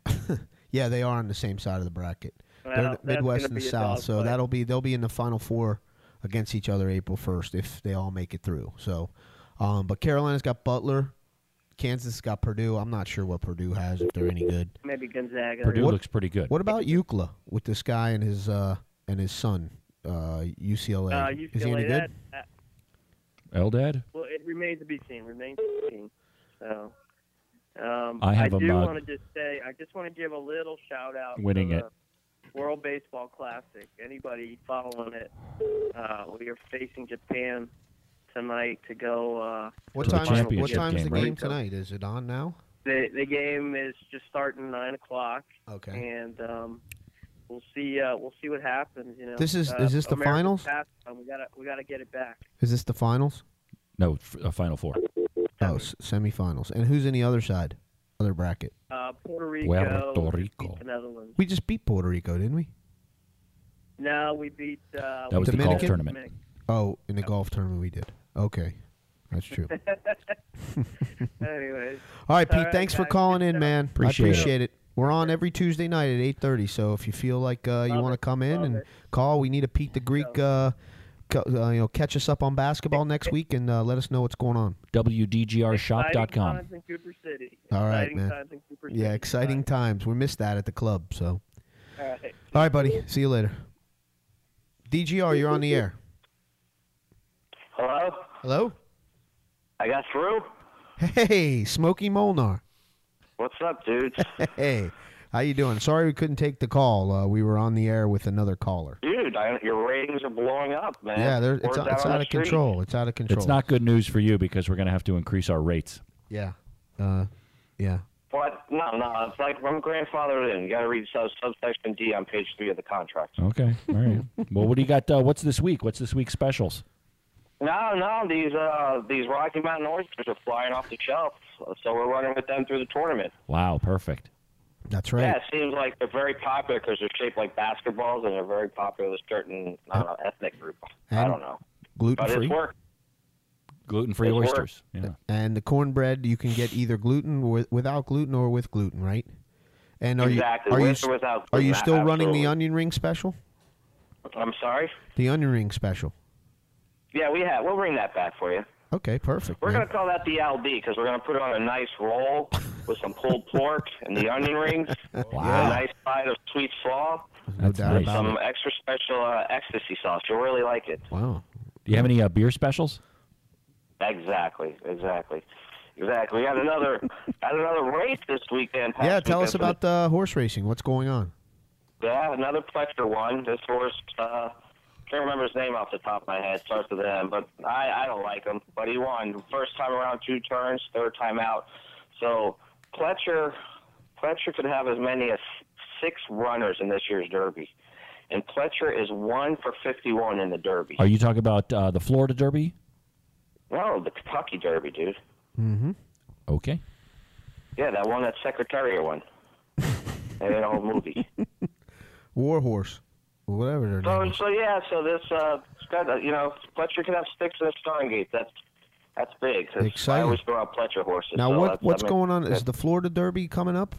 B: yeah, they are on the same side of the bracket.
E: Well,
B: they're
E: that's
B: the Midwest
E: gonna
B: and
E: be a
B: South,
E: dog
B: so
E: fight.
B: that'll be they'll be in the final four against each other April first if they all make it through. So, um, but Carolina's got Butler, Kansas got Purdue. I'm not sure what Purdue has if they're any good.
E: maybe Gonzaga.
C: Purdue
B: What-
C: looks pretty good.
B: What about Eucla with this guy and his uh, and his son, uh, UCLA?
E: Uh,
B: Is he any
E: UCLA.
B: good?
E: That, uh,
C: Eldad?
E: well, it remains to be seen. Remains to be seen. So. Um,
C: I have 'em,
E: do
C: uh,
E: want to just say, I just want to give a little shout out. to
C: Winning
E: the
C: it.
E: World Baseball Classic. Anybody following it? Uh, we are facing Japan tonight to go. Uh,
B: What
C: To the
B: time? Is, what
C: championship
B: time's the
C: game, right?
B: game tonight? Is it on now?
E: the the game is just starting nine o'clock,
B: Okay.
E: and um, we'll see. Uh, we'll see what happens. You know,
B: This is-
E: uh,
B: is this the
E: America's
B: finals?
E: past, and we gotta we gotta get it back.
B: Is this the finals?
C: No, f- uh, Final Four.
B: Oh, s- semifinals. And who's in the other side? Other bracket.
E: Uh, Puerto Rico,
C: Puerto
E: beat
C: Rico.
E: the Netherlands.
B: We just beat Puerto Rico, didn't we?
E: No, we beat. Uh,
C: That was
B: the golf
E: Dominican-
C: tournament.
B: Oh, in the golf tournament we did. Okay. That's true.
E: Anyways,
B: All right, Pete,
E: All right,
B: thanks for
E: guys.
B: calling
E: Good
B: in,
E: stuff.
B: man.
C: Appreciate
B: I
C: it.
B: appreciate it. We're on every Tuesday night at eight thirty. So if you feel like uh, you
E: Love
B: want to
E: it.
B: come in
E: Love
B: and
E: it.
B: call, we need a Pete the Greek. Uh, co- uh, you know, catch us up on basketball next week and uh, let us know what's going on.
E: exciting
C: WDGRshop.com.
E: times in Cooper City.
B: All right,
E: Exciting
B: man.
E: times in Cooper
B: Yeah,
E: City.
B: exciting times. We missed that at the club. So,
E: All right.
B: all right, buddy. See you later. DGR, you're on the air.
E: Hello,
B: Hello.
E: I got through.
B: Hey, Smokey Molnar.
E: What's up, dudes?
B: Hey, how you doing? Sorry we couldn't take the call. Uh, we were on the air with another caller.
J: Dude, I, your ratings are blowing up, man.
B: Yeah, there,
J: We're
B: it's,
J: down
B: it's
J: on
B: out
J: the
B: of
J: street.
B: control. It's out of control.
C: It's not good news for you because we're going to have to increase our rates.
B: Yeah. Uh, yeah.
J: But no, no, it's like I'm grandfathered in. You got to read sub, Uh, subsection D on page three of the contract.
C: Okay. All right. well, what do you got? Uh, what's this week? What's this week's specials?
J: No, no, these uh, these Rocky Mountain oysters are flying off the shelf, so we're running with them through the tournament.
C: Wow. Perfect.
B: That's right.
J: Yeah, it seems like they're very popular because they're shaped like basketballs and they're very popular with certain
H: uh,
J: I don't know, ethnic group. I
B: And-
J: don't know,
B: Gluten
J: but
B: free.
J: it's work.
C: Gluten free
J: It works.
C: oysters. Yeah.
B: And the cornbread you can get either gluten with, without gluten or with gluten, right? And are
J: exactly.
B: you are you
J: with
B: s-
J: or without
B: are you
J: gluten,
B: still running the
J: absolutely.
B: onion ring special?
J: I'm sorry.
B: The onion ring special.
J: Yeah, we have. We'll bring that back for you.
B: Okay, perfect.
J: We're
B: man.
J: going to call that the LD because we're going to put it on a nice roll
H: with some pulled pork and the onion rings, and
C: Wow.
H: a nice side of sweet slaw,
B: No
C: That's
B: doubt
C: nice.
B: about
H: some
B: it.
H: extra special uh, ecstasy sauce. You'll really like it.
B: Wow.
C: Do you have any uh, beer specials?
H: Exactly, exactly, exactly. We had another had another race this weekend. past
B: Yeah, tell
H: weekend
B: us
H: for the
B: about the horse racing. What's going on?
H: Yeah, another Plector one. This horse, uh, can't remember his name off the top of my head. Starts with M, but I, I don't like him. But he won first time around, two turns, third time out. So Pletcher, Pletcher could have as many as six runners in this year's Derby, and Pletcher is one for 51 in the Derby.
C: Are you talking about uh, the Florida Derby?
H: No, the Kentucky Derby, dude.
B: Mm-hmm.
C: Okay.
H: Yeah, that one, that Secretariat one. They made a whole movie.
B: War horse, or whatever their name
H: So,
B: is.
H: so yeah, so this, uh, it's got, uh, you know, Fletcher can have sticks in a starting gate. That's that's big. That's-
B: Exciting.
H: I always throw out Fletcher horses.
B: Now,
H: so
B: what
H: that's-
B: what's
H: I mean,
B: going on? Is
H: that-
B: the Florida Derby coming up?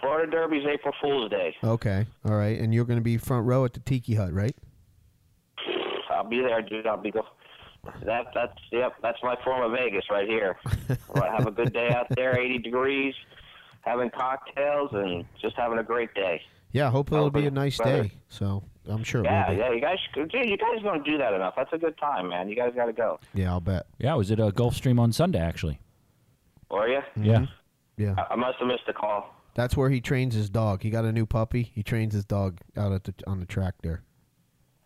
H: Florida Derby's April Fool's Day?
B: Okay, all right, and you're going to be front row at the Tiki Hut, right?
H: I'll be there, dude. I'll be go. That that's yep. That's my form of Vegas right here. Well, have a good day out there, 80 degrees, having cocktails and just having a great day.
B: Yeah, hopefully it'll be a
H: Hopefully,
B: nice
H: brother.
B: day. So I'm sure it
H: Yeah,
B: will be.
H: yeah. You guys, dude, you guys don't do that enough. That's a good time, man. You guys got to go.
B: Yeah, I'll bet.
C: Yeah, I was at a Gulfstream on Sunday actually.
H: Are you?
B: Mm-hmm.
C: Yeah.
B: Yeah,
H: I, I must have missed the call.
B: that's where he trains his dog. He got a new puppy. He trains his dog out at the on the track there.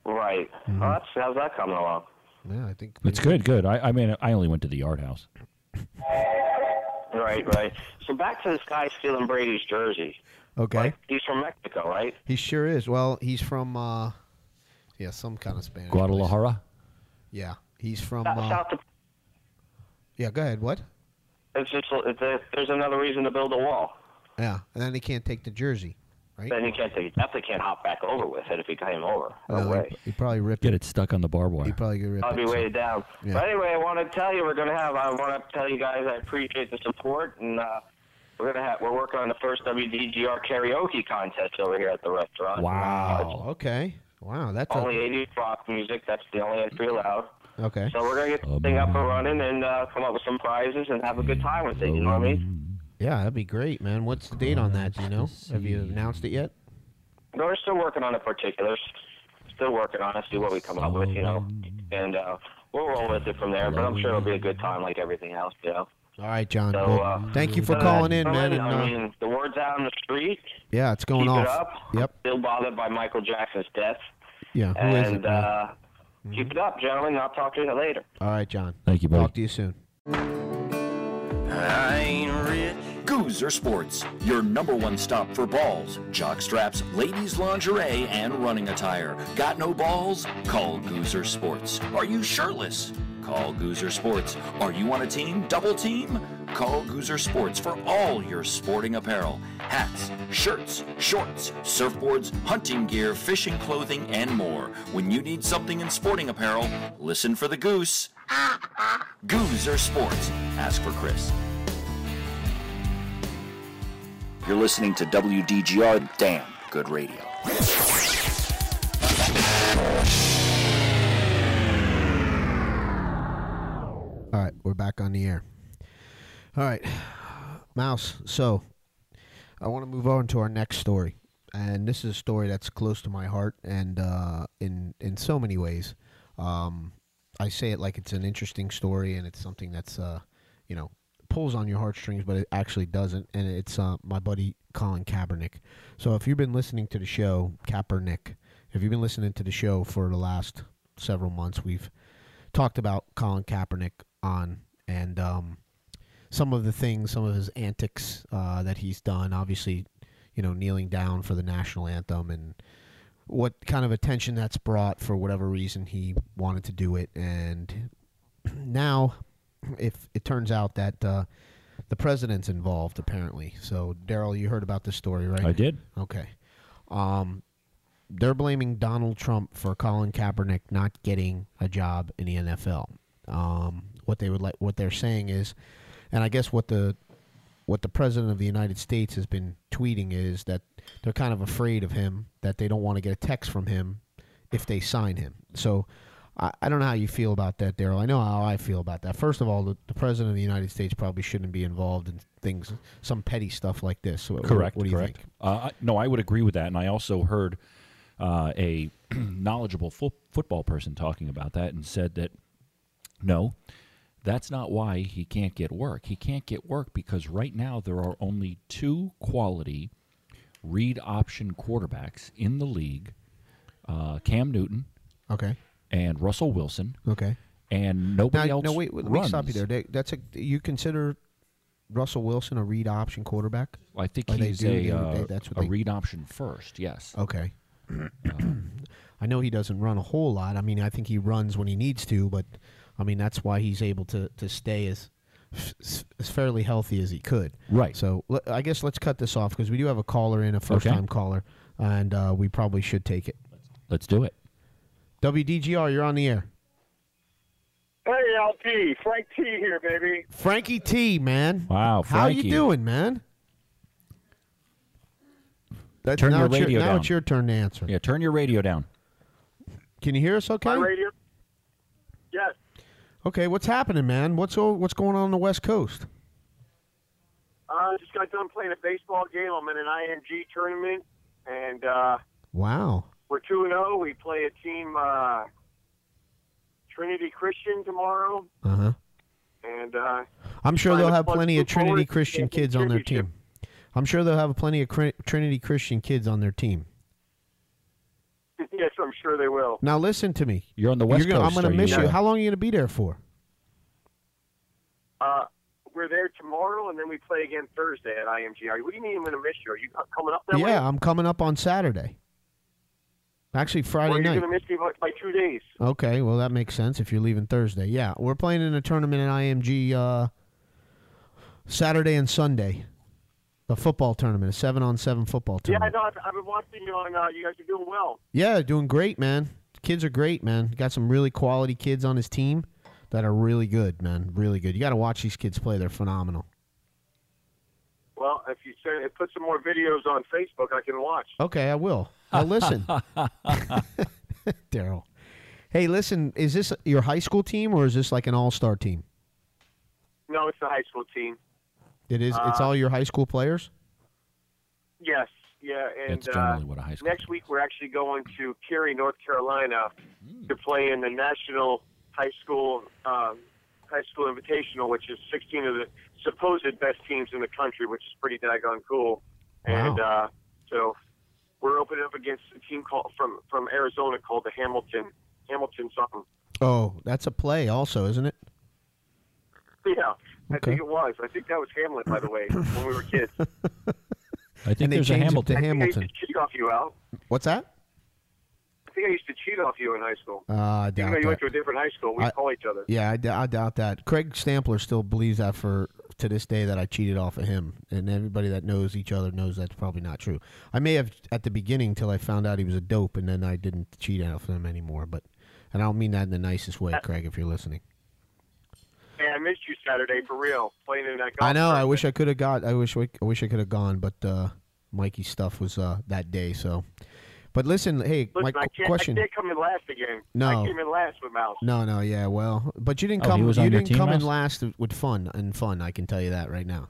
H: Right.
B: Mm-hmm.
H: Well, that's, how's that coming along?
B: Yeah, I think
C: It's good, good. I, I mean, I only went to the Yard House.
H: Right, right. So back to this guy stealing Brady's jersey.
B: Okay,
H: Like, he's from Mexico, right?
B: he sure is. Well, he's from uh, yeah, some kind of Spanish. place.
C: Guadalajara.
B: Yeah, he's from
H: South,
B: uh,
H: South Dakota.
B: yeah. Go ahead. What?
H: It's just it's a, there's another reason to build a wall.
B: Yeah, and then he can't take the jersey, right?
H: Then you can't. You definitely can't hop back over with it if he came over. No
B: No,
H: way.
B: He, he probably ripped
C: Get
B: it.
C: it stuck on the barbed
B: He
C: wire.
B: probably could rip
H: I'll
B: it.
H: be
B: so-
H: weighted down.
B: Yeah.
H: But anyway, I want to tell you we're gonna have. I want to tell you guys I appreciate the support and. uh we're gonna have we're working on the first WDGR karaoke contest over here at the restaurant.
C: Wow.
B: Oh, okay. Wow, that's
H: Only
B: a,
H: 80s rock music. That's the only entry allowed.
B: okay.
H: So we're gonna get this thing up and running and uh, come up with some prizes and have a good time with it. You know what I mean?
C: Mm-hmm.
B: Yeah, that'd be great, man. What's the date on that? Do you know? Have you announced it yet? Oh.
H: No, we're still working on the particulars. Still working on it. See what we come up with. You know, and uh, we'll roll with it from there. But I'm sure it'll be a good time, like everything else. You know.
B: All right, John.
H: So,
B: well,
H: uh,
B: thank you for
H: But, uh,
B: calling in,
H: I
B: man.
H: mean,
B: And,
H: I
B: uh,
H: mean, the word's out on the street.
B: yeah, it's going
H: keep
B: off.
H: it up.
B: Yep.
H: Still bothered by Michael Jackson's death.
B: Yeah. Who is
H: and
B: it? man?
H: uh, keep it up, gentlemen. I'll talk to you later.
B: All right, John.
C: Thank you, buddy.
B: Talk to you soon.
K: I ain't rich.
A: Goozer Sports, your number one stop for balls, jock straps, ladies' lingerie, and running attire. Got no balls? Call Goozer Sports. Are you shirtless? Call Goozer Sports. Are you on a team? Double team? Call Goozer Sports for all your sporting apparel hats, shirts, shorts, surfboards, hunting gear, fishing clothing, and more. When you need something in sporting apparel, listen for the goose. Goozer Sports. Ask for Chris. You're listening to WDGR. Damn good radio.
B: All right, we're back on the air. All right, Mouse. So, I want to move on to our next story, and this is a story that's close to my heart, and uh, in in so many ways, um, I say it like it's an interesting story, and it's something that's uh, you know pulls on your heartstrings, but it actually doesn't, and it's uh, my buddy Colin Kaepernick. So, if you've been listening to the show, Kaepernick, if you've been listening to the show for the last several months, we've talked about Colin Kaepernick on and um, some of the things, some of his antics uh, that he's done. Obviously, you know, kneeling down for the national anthem and what kind of attention that's brought for whatever reason he wanted to do it. And now, if it turns out that uh, the president's involved, apparently. So, Daryl, you heard about this story, right?
C: I did.
B: Okay. Um, they're blaming Donald Trump for Colin Kaepernick not getting a job in the NFL. Um, what they would like, what they're saying is, and I guess what the what the president of the United States has been tweeting is that they're kind of afraid of him, that they don't want to get a text from him if they sign him. So I, I don't know how you feel about that, Daryl. I know how I feel about that. First of all, the, the president of the United States probably shouldn't be involved in things, some petty stuff like this. What- what-
C: Correct.
B: What do you
C: correct.
B: think?
C: Uh, I- no, I would agree with that, and I also heard uh, a knowledgeable fo- football person talking about that and said that no, that's not why he can't get work. He can't get work because right now there are only two quality read option quarterbacks in the league: uh, Cam Newton
B: Okay.
C: and Russell Wilson,
B: Okay.
C: and nobody
B: Now,
C: else.
B: no, wait, wait, let me
C: runs.
B: stop you there. They- That's a you consider Russell Wilson a read option quarterback?
C: I think
B: Oh, they
C: he's
B: do,
C: a
B: they-
C: uh,
B: they- that's what
C: a uh,
B: they- Oh.
C: read option first. Yes.
B: Okay. I know he doesn't run a whole lot. I mean, I think he runs when he needs to, but I mean that's why he's able to to stay as f- as fairly healthy as he could.
C: Right.
B: So le- I guess let's cut this off because we do have a caller in, a first time caller, and uh, we probably should take it.
C: Let's do it.
B: WDGR, you're on the air.
H: Hey, LT, Frank T here, baby.
B: Frankie T, man.
C: Wow,
B: How you
C: Frankie.
B: doing, man? That's
C: Turn
B: now
C: your
B: it's your,
C: radio
B: Now
C: down.
B: it's your turn to answer.
C: Yeah, turn your radio down.
B: Can you hear us? Okay.
H: My radio. Yes.
B: Okay. What's happening, man? What's o- what's going on on the West Coast?
H: I just got done playing a baseball game. I'm in an IMG tournament, and uh,
B: Wow.
H: we're 2 0. We play a team, uh, Trinity Christian, tomorrow.
B: Uh huh.
H: And uh,
B: I'm sure
H: Trying
B: they'll
H: to
B: have
H: plug
B: plenty of
H: people forward
B: Trinity
H: to the
B: Christian kids on their
H: championship.
B: team. I'm sure they'll have plenty of Cri- Trinity Christian kids on their team.
H: yes, I'm sure they will.
B: Now listen to me.
C: You're on the West
B: You're gonna-
C: Coast.
B: I'm going
C: are
B: to miss you.
C: uh,
B: How long are you going to be there for?
H: Uh, we're there tomorrow, and then we play again Thursday at IMG. Are you, what do you mean I'm going to miss you? Are you not coming up that way?
B: yeah, I'm coming up on Saturday. Actually, Friday
H: Or you're
B: night.
H: going to miss me by, by two days.
B: Okay, well that makes sense if you're leaving Thursday. Yeah, we're playing in a tournament in IMG uh, Saturday and Sunday, a football tournament, a seven on seven football
H: Yeah, I
B: tournament.
H: know. I've, I've been watching you on. Uh, you guys are doing well.
B: Yeah, doing great, man. Kids are great, man. Got some really quality kids on his team that are really good, man. Really good. You got to watch these kids play; they're phenomenal.
H: Well, if you send, put some more videos on Facebook, I can watch.
B: Okay, I will. Now listen, Daryl. Hey, listen. Is this your high school team or is this like an all star team?
H: No, it's the high school team.
B: It is. it's
H: Uh,
B: all your high school players.
H: Yes, yeah, and
C: That's generally what a high
H: uh,
C: school
H: next week we're actually going to Cary, North Carolina,
B: Hmm.
H: to play in the National High School um, High School Invitational, which is 16 of the supposed best teams in the country, which is pretty daggone cool. And uh, so we're opening up against a team called from from Arizona called the Hamilton Hamilton something.
B: Oh, that's a play, also, isn't it?
H: Yeah, I
B: Okay.
H: think it was. I think that was Hamlet, by the way, when we were kids.
C: I think
B: and they
C: there's a
B: changed it to
C: Hamilton.
H: I think I
B: Hamilton.
H: used to cheat off you, Al.
B: What's that?
H: I think I used to cheat off you in high school.
B: Uh, I doubt
H: Even though you went
B: that.
H: to a different high school, we
B: I-
H: call each other.
B: Yeah, I, d- I doubt that. Craig Stampler still believes that for to this day that I cheated off of him, and everybody that knows each other knows that's probably not true. I may have at the beginning till I found out he was a dope, and then I didn't cheat off him anymore. But and I don't mean that in the nicest way, Craig. If you're listening,
H: Hey, I missed you Saturday for real, playing in that golf.
B: I know. I
H: tournament.
B: wish I could have got. I wish. we- I wish I could have gone, but uh, Mikey's stuff was uh, that day. So, but listen, hey,
H: Listen,
B: my
H: I
B: qu-
H: can't,
B: question.
H: I can't come in last again.
B: No.
H: I came in last with Mouse.
B: No, no, yeah, well, but you didn't
C: Oh, he
B: come.
C: was
B: you
C: on your
B: didn't
C: team
B: come in
C: last?
B: last with fun and fun. I can tell you that right now,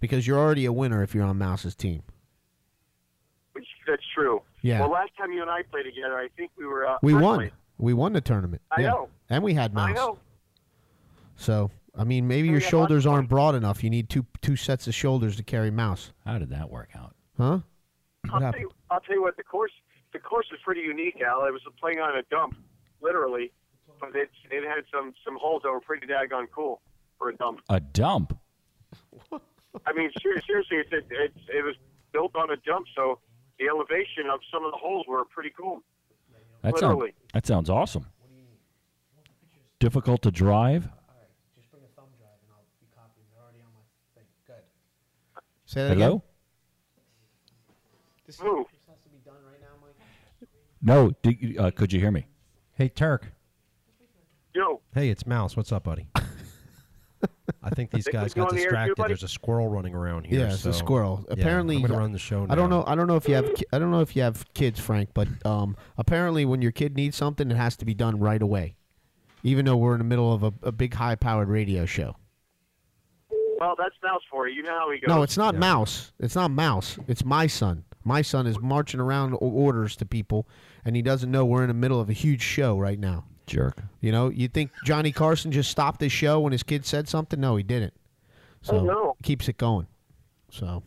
B: because you're already a winner if you're on Mouse's team.
H: Which, that's true.
B: Yeah.
H: Well, last time you and I played together, I think we were. Uh,
B: We
H: first
B: won.
H: place.
B: We won the tournament.
H: I
B: yeah.
H: know.
B: And we had Mouse.
H: I know.
B: So I mean, maybe
H: And
B: your
H: we had
B: shoulders
H: Mouse.
B: aren't broad enough. You need two two sets of shoulders to carry Mouse,
C: How did that work out?
B: huh?
H: I'll
B: What
H: tell,
B: happened?
H: you, I'll tell you what. The course, the course was pretty unique, Al. I was playing on a dump, literally, but it it had some some holes that were pretty daggone cool for a dump.
C: A dump.
H: I mean, ser- seriously, it's it, it, it was built on a dump, so the elevation of some of the holes were pretty cool.
C: That sounds.
H: Literally.
C: That sounds awesome. Difficult to drive.
B: Say that again.
C: Hello.
H: Ooh.
C: No. Did, you- uh, could you hear me?
D: Hey, Turk.
H: Yo,
D: Hey, it's Mouse. What's up, buddy? I think these
H: Think
D: guys
H: we go
D: got
H: on the air, too,
D: distracted.
H: buddy?
D: There's a squirrel running around here.
B: Yeah, it's
D: so.
B: a squirrel.
D: Yeah,
B: apparently,
D: I'm gonna run the show. Now.
B: I don't know. I don't know if you have. ki- I don't know if you have kids, Frank. But um, apparently, when your kid needs something, it has to be done right away, even though we're in the middle of a, a big, high-powered radio show.
H: Well, that's Mouse for you. You know how he goes.
B: No, it's not mouse. It's not mouse. It's my son. My son is marching around o- orders to people, and he doesn't know we're in the middle of a huge show right now.
C: Jerk.
B: You know, you think Johnny Carson just stopped his show when his kid said something? No, he didn't. So
H: Oh, no.
B: keeps it going. So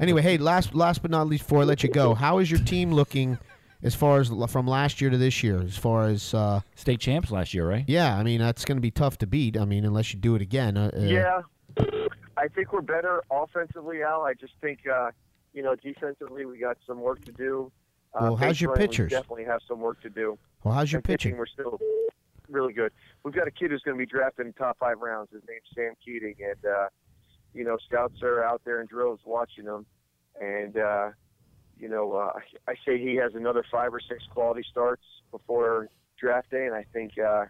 B: anyway, hey, last last but not least, before I let you go, how is your team looking as far as l- from last year to this year? As far as uh,
C: state champs last year, right?
B: Yeah, I mean that's going to be tough to beat. I mean, unless you do it again. Uh, uh,
H: Yeah, I think we're better offensively, Al. I just think uh, you know defensively we got some work to do. Uh,
B: Well, how's your
H: base running,
B: pitchers?
H: We definitely have some work to do.
B: Well, how's your
H: And pitching?
B: pitching?
H: We're still really good. We've got a kid who's going to be drafted in the top five rounds. His name's Sam Keating, and uh, you know scouts are out there in drills watching him, and uh, you know uh, I say he has another five or six quality starts before draft day, and I think uh,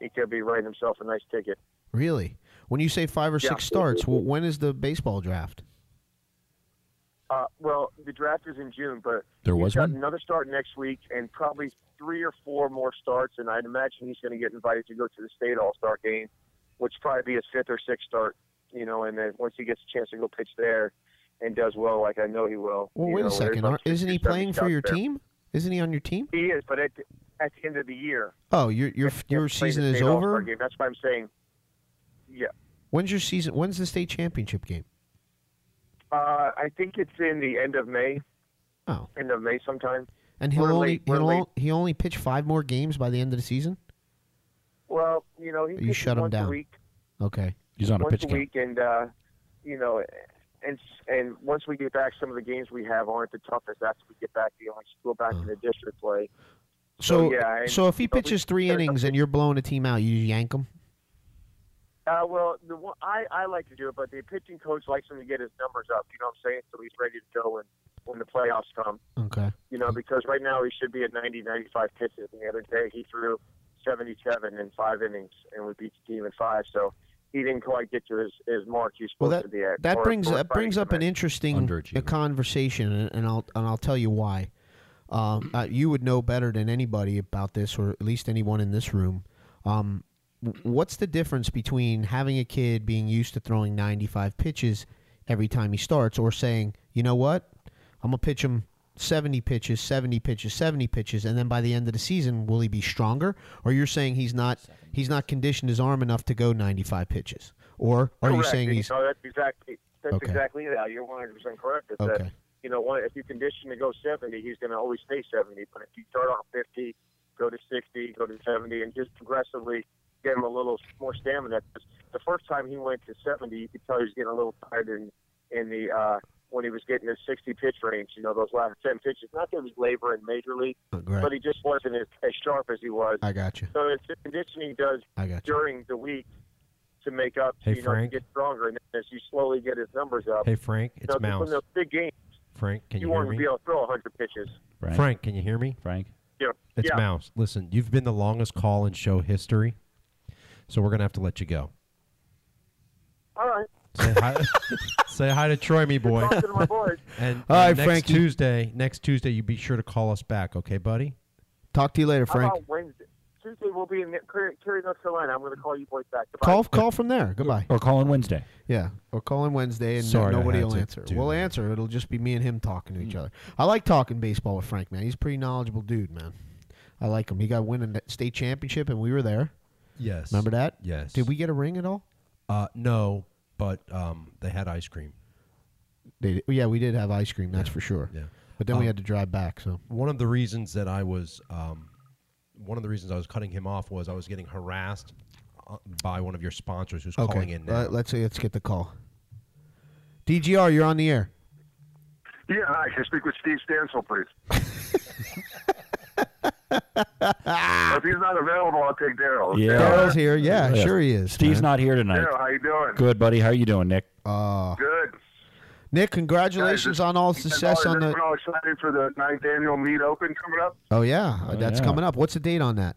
H: he could be writing himself a nice ticket.
B: Really? When you say five or
H: Yeah.
B: six starts, well, when is the baseball draft?
H: Uh, well, the draft is in June, but
C: There
H: he's
C: was
H: got
C: one?
H: another start next week, and probably three or four more starts. And I'd imagine he's going to get invited to go to the state All Star game, which probably be his fifth or sixth start. You know, and then once he gets a chance to go pitch there and does well, like I know he will.
B: Well,
H: you
B: wait
H: know,
B: a second.
H: there's
B: aren't-
H: about
B: Isn't he
H: 60,
B: playing
H: 70
B: for your
H: scouts there.
B: team? Isn't he on your team?
H: He is, but at the, at the end of the year,
B: Oh, your your your
H: he's playing
B: season
H: the
B: is
H: state All-Star
B: over.
H: Game. That's why I'm saying, yeah.
B: When's your season? When's the state championship game?
H: Uh, I think it's in the end of May,
B: Oh,
H: end of May sometime.
B: and he'll
H: We're
B: only
H: late- we're
B: he'll
H: late.
B: on- he only pitch five more games by the end of the season.
H: Well, you know, he
B: You
H: pitches
B: shut him
H: once
B: down.
H: a week.
B: Okay.
C: He's on a
H: once
C: pitch
H: a
C: count.
H: week, and uh, you know, and and once we get back, some of the games we have aren't the toughest. After we get back, you know, go back in the
B: Uh-huh.
H: district play.
B: So
H: So, yeah, and
B: so if he
H: they'll be-
B: pitches three
H: they're-
B: innings and you're blowing a team out, you yank him.
H: Uh, well, the one, I I like to do it, but the pitching coach likes him to get his numbers up. You know what I'm saying? So he's ready to go when when the playoffs come.
B: Okay.
H: You know, because right now he should be at 90, 95 pitches. And the other day he threw 77 in five innings, and we beat the team in five. So. He didn't quite get to his, his mark he's
B: Well,
H: supposed
B: that
H: to be at.
B: that
H: or-
B: brings
H: or
B: that brings
H: Friday
B: up an
H: night.
B: interesting
C: Underachiever.
B: conversation, and, and I'll and I'll tell you why. Um, uh, you would know better than anybody about this, or at least anyone in this room. Um, w- what's the difference between having a kid being used to throwing 95 pitches every time he starts, or saying, you know what, I'm gonna pitch him 70 pitches, 70 pitches, 70 pitches, and then by the end of the season, will he be stronger? Or you're saying he's not he's not conditioned his arm enough to go 95 pitches, or are you
H: Correct.
B: saying
H: And,
B: he's
H: know, that's exactly that's
B: Okay.
H: exactly it. Al. You're 100 percent correct. It's
B: Okay.
H: that you know one, if you condition to go 70, he's going to always stay 70. But if you start off 50, go to 60, go to 70, and just progressively get him a little more stamina. 'Cause The first time he went to 70, you could tell he was getting a little tired in in the uh, when he was getting his 60 pitch range. You know those last 10 pitches. Not that he was laboring majorly,
B: Right.
H: but he just wasn't as, as sharp as he was.
B: I got you.
H: So it's the conditioning he does
B: I got you.
H: during the week to make up,
D: Hey,
H: you know,
D: Frank.
H: to get stronger. And then as you slowly get his numbers up,
D: Hey Frank,
H: you
D: it's
H: know,
D: Mouse.
H: When those big games,
D: Frank, can
H: you,
D: you, hear
H: want to
D: me?
H: be able to throw 100 pitches.
C: Frank. Frank.
D: Frank, can you hear me?
H: Yeah.
D: It's
H: yeah.
D: Mouse. Listen, you've been the longest call in show history, so we're gonna have to let you go.
H: All right.
D: Say hi, say hi to Troy, me boy.
H: Talking to my boys.
D: And,
B: All right,
D: and next
B: Frank, you-
D: Tuesday, next Tuesday, you be sure to call us back, okay, buddy?
B: Talk to you later,
H: How
B: Frank.
H: about Wednesday? Tuesday we'll be in Cary, Cary, North Carolina. I'm going to call you boys back. Goodbye.
B: Call call from there. Goodbye.
C: Or call on Wednesday.
B: Yeah, or call in Wednesday and
D: Sorry I
B: nobody
D: had
B: will
D: to
B: answer.
D: do
B: We'll
D: that.
B: answer. It'll just be me and him talking
H: Mm.
B: to each other. I like talking baseball with Frank, man. He's a pretty knowledgeable dude, man. I like him. He got winning that state championship, and we were there.
D: Yes.
B: Remember that?
D: Yes.
B: Did we get a ring at all?
D: Uh, no, but um, they had ice cream.
B: They, yeah, we did have ice cream. That's for sure.
D: yeah. Um,
B: But then we had to drive back. So
D: One of the reasons that I was, um, one of the reasons I was cutting him off was I was getting harassed uh, by one of your sponsors who's
B: okay,
D: calling in now.
B: Uh, let's let's get the call. DGR, you're on the air.
I: Yeah, hi. Can I speak with Steve Stansel, please? if he's not available, I'll take Daryl.
C: Yeah.
B: Daryl's here. Yeah,
C: Yeah.
B: sure he is.
C: Steve's
B: man.
C: not here tonight.
I: Daryl, how you doing?
C: Good, buddy. How are you doing, Nick?
B: Uh,
I: Good.
B: Nick, congratulations
I: Guys,
B: on all
I: you guys
B: success
I: all-
B: on the.
I: everyone all excited for the ninth annual meet open coming up.
B: Oh yeah, that's
C: yeah.
B: coming up. What's the date on that?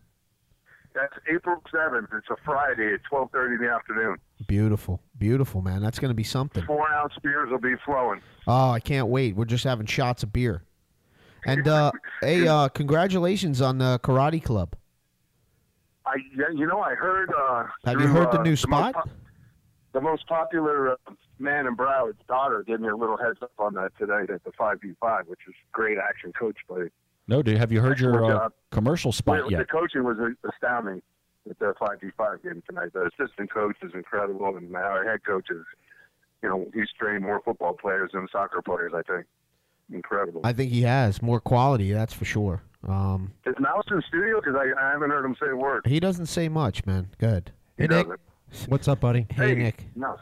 H: That's April 7th. It's a Friday at 12:30 in the afternoon.
B: Beautiful, beautiful, man. That's going to be something.
H: Four ounce beers will be flowing.
B: Oh, I can't wait. We're just having shots of beer. And uh, hey, uh, congratulations on the Karate Club.
H: I, yeah, you know, I heard. Uh,
B: Have
H: through,
B: you heard
H: uh,
B: the new
H: most
B: spot?
H: pop- the most popular uh, man in Broward's daughter gave me a little heads up on that today at the 5v5, which is great action coach play.
C: No, dude. Have you heard your
H: Excellent
C: uh,
H: job.
C: commercial spot
H: The
C: yet?
H: coaching was uh, astounding at the 5v5 game tonight. The assistant coach is incredible, and our head coach is, you know, he's trained more football players than soccer players, I think. Incredible.
B: I think he has more quality, that's for sure. Um,
H: Is Mouse in studio? Because I, I haven't heard him say a word.
B: he doesn't say much, man. Good.
H: He doesn't.
B: What's up, buddy? Hey, Nick.
H: No.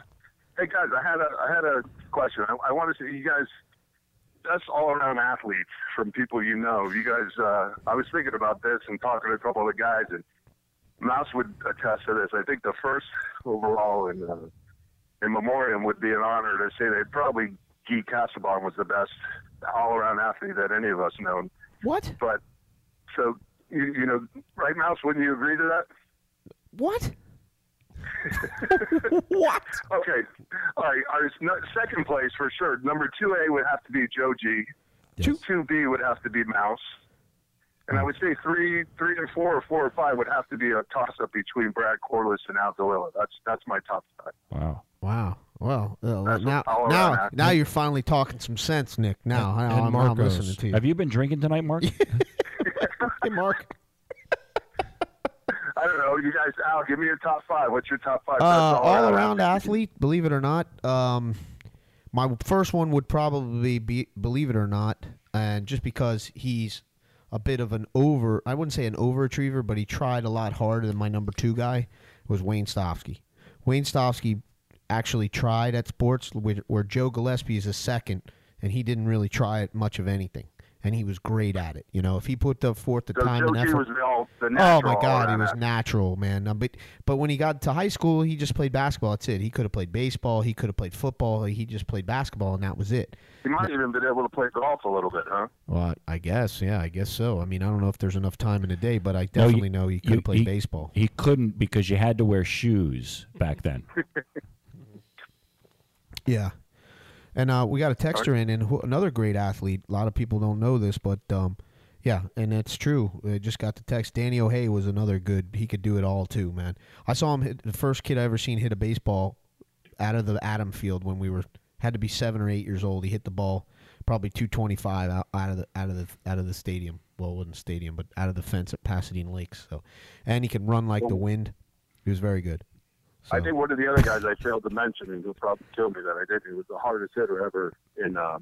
H: Hey guys, I had a I had a question. I, I want to see you guys. That's all around athletes from people you know. You guys, uh, I was thinking about this and talking to a couple of the guys, and Mouse would attest to this. I think the first overall in uh, in memoriam would be an honor to say that probably Guy Casabon was the best all around athlete that any of us known.
B: What?
H: But so you, you know, right, Mouse? Wouldn't you agree to that?
B: What?
H: what? Okay. All right. Our s- no- second place for sure. Number two A would have to be Joe G. Two B would have to be Mouse. And I would say three, three and four, or four or five would have to be a toss-up between Brad Corliss and Al Delilla. That's that's my top five.
C: Wow.
B: Wow. Well, uh, now,
H: all around
B: now,
H: athlete.
B: now you're finally talking some sense, Nick. Now, I- I'm, I'm listening to you.
C: Have you been drinking tonight, Mark?
B: Hey, Mark.
H: I don't know, you guys. Al, give me your top five. What's your top five?
B: Uh,
H: best
B: all around
H: all-around
B: athlete, believe it or not. Um, my first one would probably be believe it or not, and just because he's a bit of an over, I wouldn't say an overachiever, but he tried a lot harder than my number two guy was Wayne Stofsky. Wayne Stofsky actually tried at sports, where, where Joe Gillespie is a second, and he didn't really try at much of anything, and he was great at it. You know, if he put the forth the
H: So
B: time
H: Joe
B: and
H: G
B: effort,
H: was the all- the
B: oh my
H: natural
B: God, he
H: all-around
B: was
H: athlete.
B: natural, man. Uh, But but when he got to high school, he just played basketball. That's it. He could have played baseball. He could have played football. He just played basketball, and that was it.
H: You might even been able to play golf a little bit, huh?
B: Well, I guess, yeah, I guess so. I mean, I don't know if there's enough time in a day, but I
C: No,
B: definitely know he could have played
C: he-
B: baseball.
C: He couldn't because you had to wear shoes back then.
B: Yeah. And uh, we got a texter in, and who, another great athlete. A lot of people don't know this, but um, yeah, and that's true. I just got the text. Danny O'Hay was another good. He could do it all too, man. I saw him hit the first kid I ever seen hit a baseball out of the Adam Field when we were had to be seven or eight years old. He hit the ball probably two twenty five out, out of the out of the out of the stadium. Well, it wasn't stadium, but out of the fence at Pasadena Lakes. So, and he can run like the wind. He was very good.
H: I think one of the other guys I failed to mention, and he'll probably kill me that I did, he was the hardest hitter ever in uh,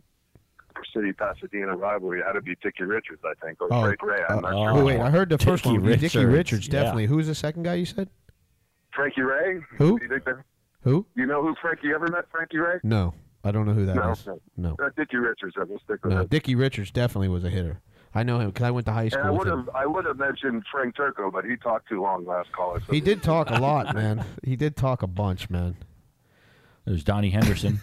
H: City Pasadena rivalry. Had to be Dickie Richards, I think, or
B: Oh,
H: Frank Ray. I'm not
B: uh,
H: sure.
B: wait, I heard the first
C: Dickie
B: one. would be Dickie
C: Richards,
B: Richards,
C: yeah.
B: definitely. Who's the second guy you said?
H: Frankie Ray.
B: Who?
H: You, think that-
B: Who?
H: you know who Frankie you ever met? Frankie Ray?
B: No, I don't know who that
H: no,
B: is. No,
H: Uh, Dickie Richards. I will stick with
B: no.
H: it.
B: Dickie Richards definitely was a hitter. I know him because I went to high
H: And I
B: school. With
H: would
B: him.
H: have, I would have mentioned Frank Turco, but he talked too long last caller. So
B: He did talk a lot, man. He did talk a bunch, man.
C: There's Donnie Henderson.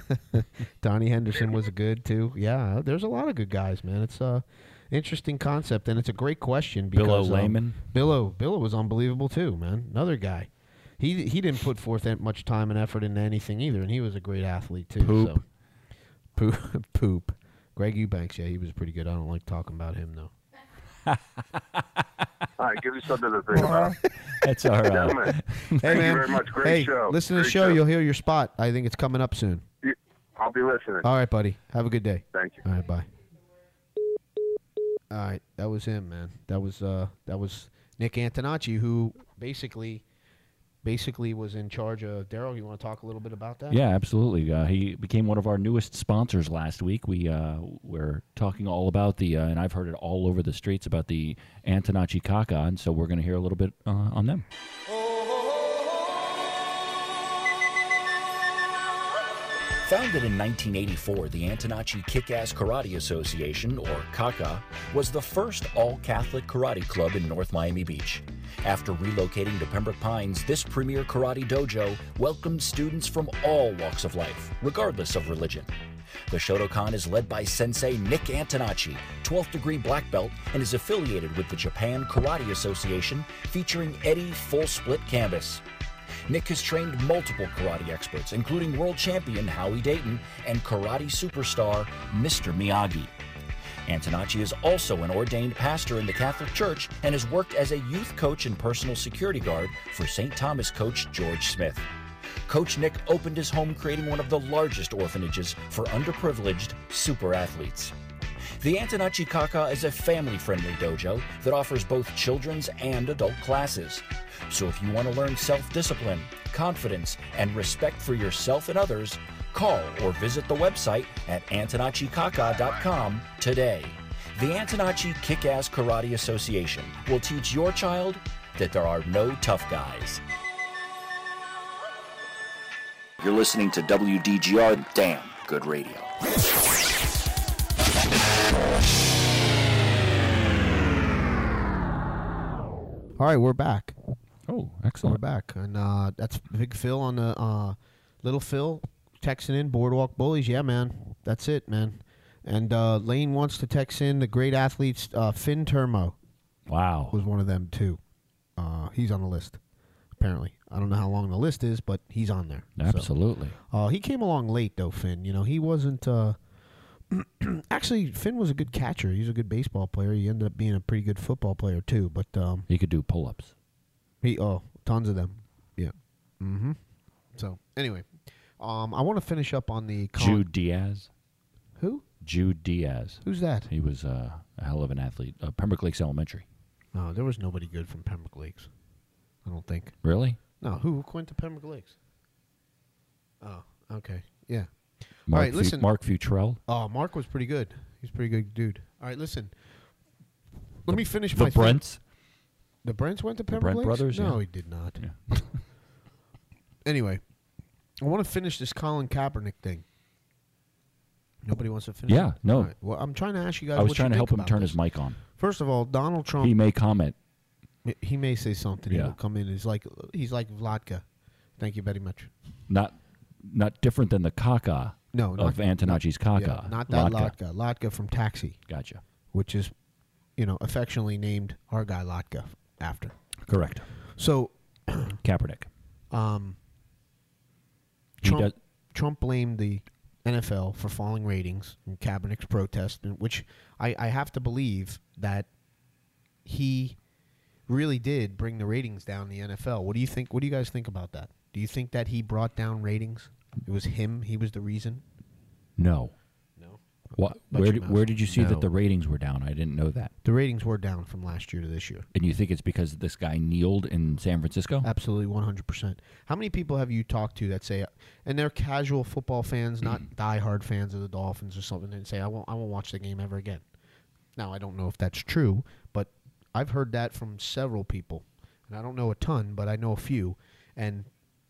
B: Donnie Henderson was good too. Yeah, there's a lot of good guys, man. It's a interesting concept and it's a great question
C: Bill
B: because um,
C: O'Layman.
B: Billo Billo was unbelievable too, man. Another guy. He he didn't put forth that much time and effort into anything either, and he was a great athlete too.
C: Poop.
B: So. Poop. Poop. Greg Eubanks, yeah, he was pretty good. I don't like talking about him though.
H: All right, give me something to think about.
C: That's all right.
H: Gentlemen,
B: Hey
H: thank
B: man,
H: you very much. Great
B: hey,
H: show.
B: listen to
H: Great
B: the show. You'll hear your spot. I think it's coming up soon.
H: You- I'll be listening.
B: All right, buddy. Have a good day.
H: Thank you.
B: All right, bye. All right, that was him, man. That was uh, that was Nick Antonacci, who basically, basically was in charge of Daryl. You want to talk a little bit about that?
C: Yeah, absolutely. Uh, he became one of our newest sponsors last week. We uh, were talking all about the, uh, and I've heard it all over the streets about the Antonacci Kaka, and so we're going to hear a little bit uh, on them.
A: Founded in 1984, the Antonacci Kick Ass Karate Association, or KAKA, was the first all Catholic karate club in North Miami Beach. After relocating to Pembroke Pines, this premier karate dojo welcomed students from all walks of life, regardless of religion. The Shotokan is led by Sensei Nick Antonacci, 12th degree black belt, and is affiliated with the Japan Karate Association, featuring Eddie Full Split Canvas. Nick has trained multiple karate experts, including world champion Howie Dayton and karate superstar Mr. Miyagi. Antonacci is also an ordained pastor in the Catholic Church and has worked as a youth coach and personal security guard for St. Thomas coach George Smith. Coach Nick opened his home creating one of the largest orphanages for underprivileged super athletes. The Antonacci Kaka is a family friendly dojo that offers both children's and adult classes. So if you want to learn self discipline, confidence, and respect for yourself and others, call or visit the website at antonachikaka.com today. The Antonacci Kick Ass Karate Association will teach your child that there are no tough guys. You're listening to WDGR Damn Good Radio.
B: All right, we're back.
C: Oh,
B: We're
C: excellent.
B: back, and uh, that's Big Phil on the uh, Little Phil texting in Boardwalk Bullies. Yeah, man, that's it, man. And uh, Lane wants to text in the great athletes. Uh, Finn Termo
C: Wow.
B: was one of them too. Uh, he's on the list, apparently. I don't know how long the list is, but he's on there. so.
C: Absolutely.
B: Uh, he came along late though, Finn. You know, he wasn't. Uh, actually, Finn was a good catcher. He was a good baseball player. He ended up being a pretty good football player too. But um,
C: He could do pull ups.
B: he oh, tons of them. Yeah. Mm-hmm. So anyway, um, I want to finish up on the con-
C: Jude Diaz.
B: Who?
C: Jude Diaz.
B: Who's that?
C: He was uh, a hell of an athlete. Uh, Pembroke Lakes Elementary.
B: No, Uh, there was nobody good from Pembroke Lakes. I don't think.
C: Really?
B: No, who went to Pembroke Lakes? Oh, okay. Yeah.
C: Mark
B: right,
C: Fu-
B: listen.
C: Mark Futrell.
B: Oh, Mark was pretty good. He's a pretty good dude. All right, listen. Let me finish
C: The
B: my thing.
C: Brents.
B: The Brents went to Pembroke
C: Brent
B: Lakes?
C: brothers,
B: No,
C: yeah.
B: he did not. Anyway, I want to finish this Colin Kaepernick thing. Nobody wants to finish.
C: Yeah,
B: it?
C: no.
B: All right, Well, I'm trying to ask you guys.
C: I was
B: what
C: trying
B: you
C: to help
B: think
C: him
B: about
C: turn
B: this. Um,
C: his mic on.
B: First of all, Donald Trump.
C: He may comment.
B: he may say something.
C: Yeah.
B: He'll come in. He's like he's like Vladka. Thank you very much.
C: Not not different than the caca
B: No, not-
C: of Antonacci's caca.
B: Yeah, not that
C: Latka.
B: Latka. Latka from Taxi,
C: Gotcha.
B: which is, you know, affectionately named our guy Latka after.
C: Correct.
B: So
C: Kaepernick.
B: Um,
C: He
B: Trump,
C: does-
B: Trump blamed the NFL for falling ratings and Kaepernick's protest, and- which I, I have to believe that he really did bring the ratings down in the NFL. What do you think? What do you guys think about that? Do you think that he brought down ratings? It was him. He was the reason.
C: No.
B: No.
C: Wha-
B: But
C: where
B: your
C: did, where
B: mouth.
C: did you see
B: No.
C: that the ratings were down? I didn't know that.
B: The ratings were down from last year to this year.
C: And you think it's because this guy kneeled in San Francisco?
B: Absolutely, one hundred percent. How many people have you talked to that say, and they're casual football fans, not diehard fans of the Dolphins or something, and say, I won't, I won't watch the game ever again. Now, I don't know if that's true, but I've heard that from several people, and I don't know a ton, but I know a few, and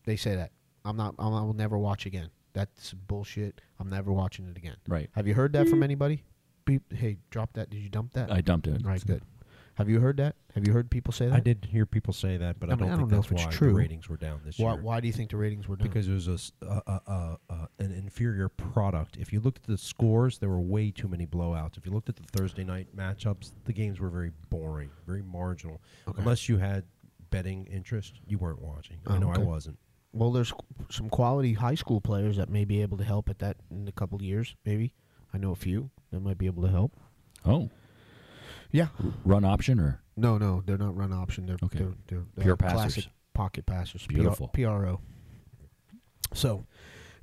B: they say that I'm not, I'm, I will never watch again. That's bullshit. I'm never watching it again.
C: Right.
B: Have you heard that from anybody? Beep. Hey, drop that. Did you dump that?
C: I dumped it.
B: All right, good. Have you heard that? Have you heard people say that?
D: I did hear people say that, but
B: I
D: I,
B: mean,
D: don't
B: I
D: think
B: don't know
D: that's
B: if it's
D: why
B: true.
D: the ratings were down this
B: Why,
D: year.
B: why do you think the ratings were down?
D: Because it was a s- a- a- a- a- an inferior product. If you looked at the scores, there were way too many blowouts. If you looked at the Thursday night matchups, the games were very boring, very marginal. Unless you had betting interest, you weren't watching.
B: Oh,
D: I know
B: okay.
D: I wasn't.
B: Well, there's qu- some quality high school players that may be able to help at that in a couple of years, maybe. I know a few that might be able to help.
C: Oh,
B: Yeah.
C: run option or
B: No, no, they're not run option. They're
C: Okay.
B: they're, they're, they're
C: Pure
B: classic
C: passers.
B: pocket passers. PR
C: Beautiful.
B: PRO. So,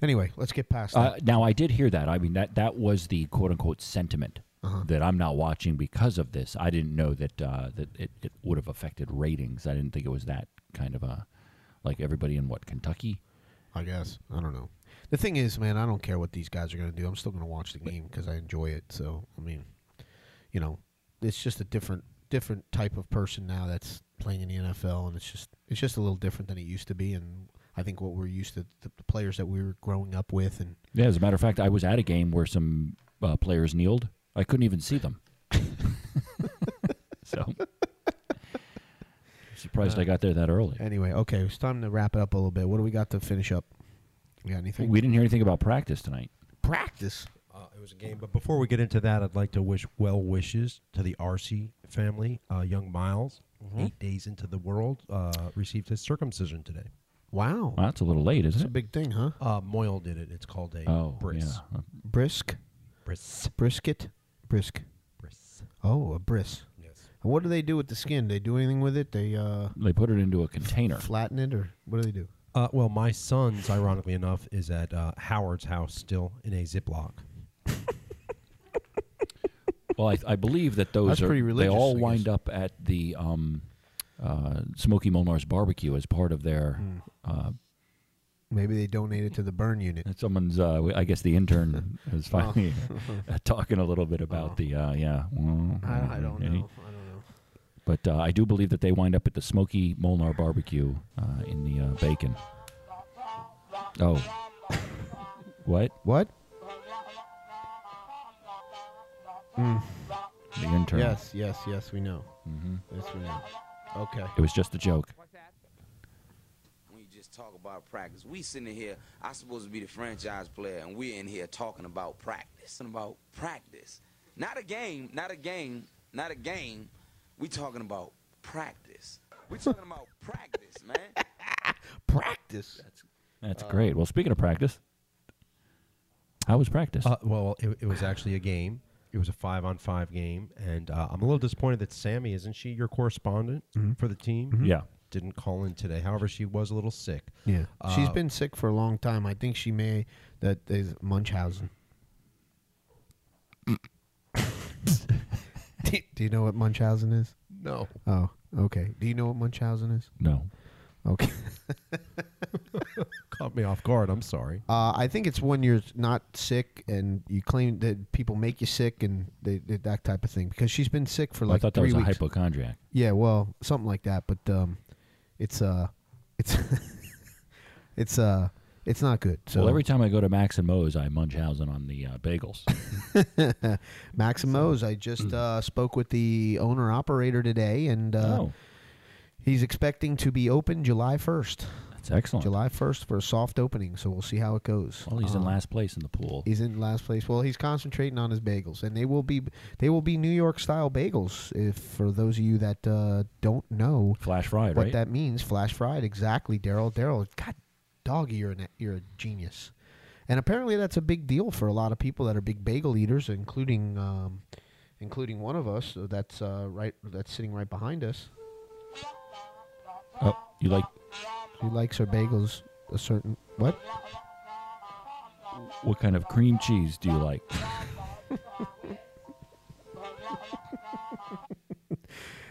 B: anyway, let's get past
C: Uh,
B: that.
C: now I did hear that. I mean that that was the quote unquote sentiment that I'm not watching because of this. I didn't know that uh, that it, it would have affected ratings. I didn't think it was that kind of a like everybody in what Kentucky.
B: I guess I don't know. The thing is, man, I don't care what these guys are going to do. I'm still going to watch the game because I enjoy it. So, I mean, you know, it's just a different different type of person now that's playing in the NFL, and it's just it's just a little different than it used to be. And I think what we're used to, the, the players that we were growing up with, and
C: Yeah, as a matter of fact, I was at a game where some uh, players kneeled. I couldn't even see them. so surprised I got there that early.
B: anyway, okay, it's time to wrap it up a little bit. What do we got to finish up? We got anything?
C: We didn't hear anything about practice tonight.
B: practice.
D: Uh, it was a game, but before we get into that, I'd like to wish well wishes to the RC family. Uh, young Miles, eight days into the world, uh, received his circumcision today.
B: Wow.
C: Well, that's a little late,
B: It's
C: isn't
B: a big thing, huh?
D: Uh, Moyle did it. It's called a
C: it? Oh,
D: bris.
C: yeah.
B: Brisk,
D: Bris.
B: brisket, brisk.
D: Bris.
B: Oh, a bris.
D: Yes.
B: And what do they do with the skin? They do anything with it? They uh,
C: They put it into a container.
B: flatten it, or what do they do?
D: Uh, well, my son's, ironically enough, is at uh, Howard's house still in a Ziploc.
C: Well, I, I believe that those
B: That's
C: are
B: pretty
C: they
B: religious, I
C: all
B: guess.
C: wind up at the um, uh, Smoky Molnar's barbecue as part of their.
B: Hmm.
C: Uh,
B: Maybe they donate it to the burn unit.
C: and someone's, uh, I guess, the intern is finally uh, talking a little bit about the uh, yeah.
B: Oh. I, I don't know. I don't know.
C: But uh, I do believe that they wind up at the Smoky Molnar barbecue uh, in the uh, bacon. Oh, what?
B: What?
C: The intern.
B: Yes, yes, yes. We know. Yes, we know. Okay.
C: It was just a joke.
L: When you just talk about practice, we sitting here, I supposed to be the franchise player, and we're in here talking about practice and about practice. Not a game, not a game, not a game. We talking about practice. We talking about practice, man.
B: Practice.
C: That's
B: Uh,
C: great. Well, speaking of practice, how was practice?
D: Uh, well, it, it was actually a game. It was a five on five game, and uh, I'm a little disappointed that Sammy isn't she your correspondent for the team?
C: Yeah.
D: didn't call in today. However, she was a little sick.
B: Yeah.
D: Uh,
B: She's been sick for a long time. I think she may. That is Munchausen. do, do you know what Munchausen is?
D: No.
B: Oh, okay. Do you know what Munchausen is?
C: no.
B: Okay.
D: Caught me off guard. I'm sorry.
B: Uh, I think it's when you're not sick and you claim that people make you sick and they, they, that type of thing. Because she's been sick for
C: Oh, I
B: like
C: thought that
B: three
C: was a
B: weeks.
C: hypochondriac.
B: Yeah, well, something like that. But um, it's uh, it's it's uh, it's not good. So
C: well, every time I go to Max and Moe's, I Munchausen on the uh, bagels.
B: Maximo's, I
C: Mm.
B: just uh, spoke with the owner operator today, and uh,
C: oh,
B: he's expecting to be open July first.
C: that's excellent.
B: July first for a soft opening. So we'll see how it goes.
C: Well, he's in
B: Um,
C: last place in the pool.
B: He's in last place. Well, he's concentrating on his bagels, and they will be they will be New York style bagels. If for those of you that uh, don't know
C: Flash fried,
B: what
C: right?
B: that means, flash fried exactly, Daryl. Daryl, God, doggy, you're an, you're a genius, and apparently that's a big deal for a lot of people that are big bagel eaters, including um, including one of us. So that's uh, right. That's sitting right behind us.
C: oh, you like?
B: She likes her bagels a certain what?
C: What kind of cream cheese do you like?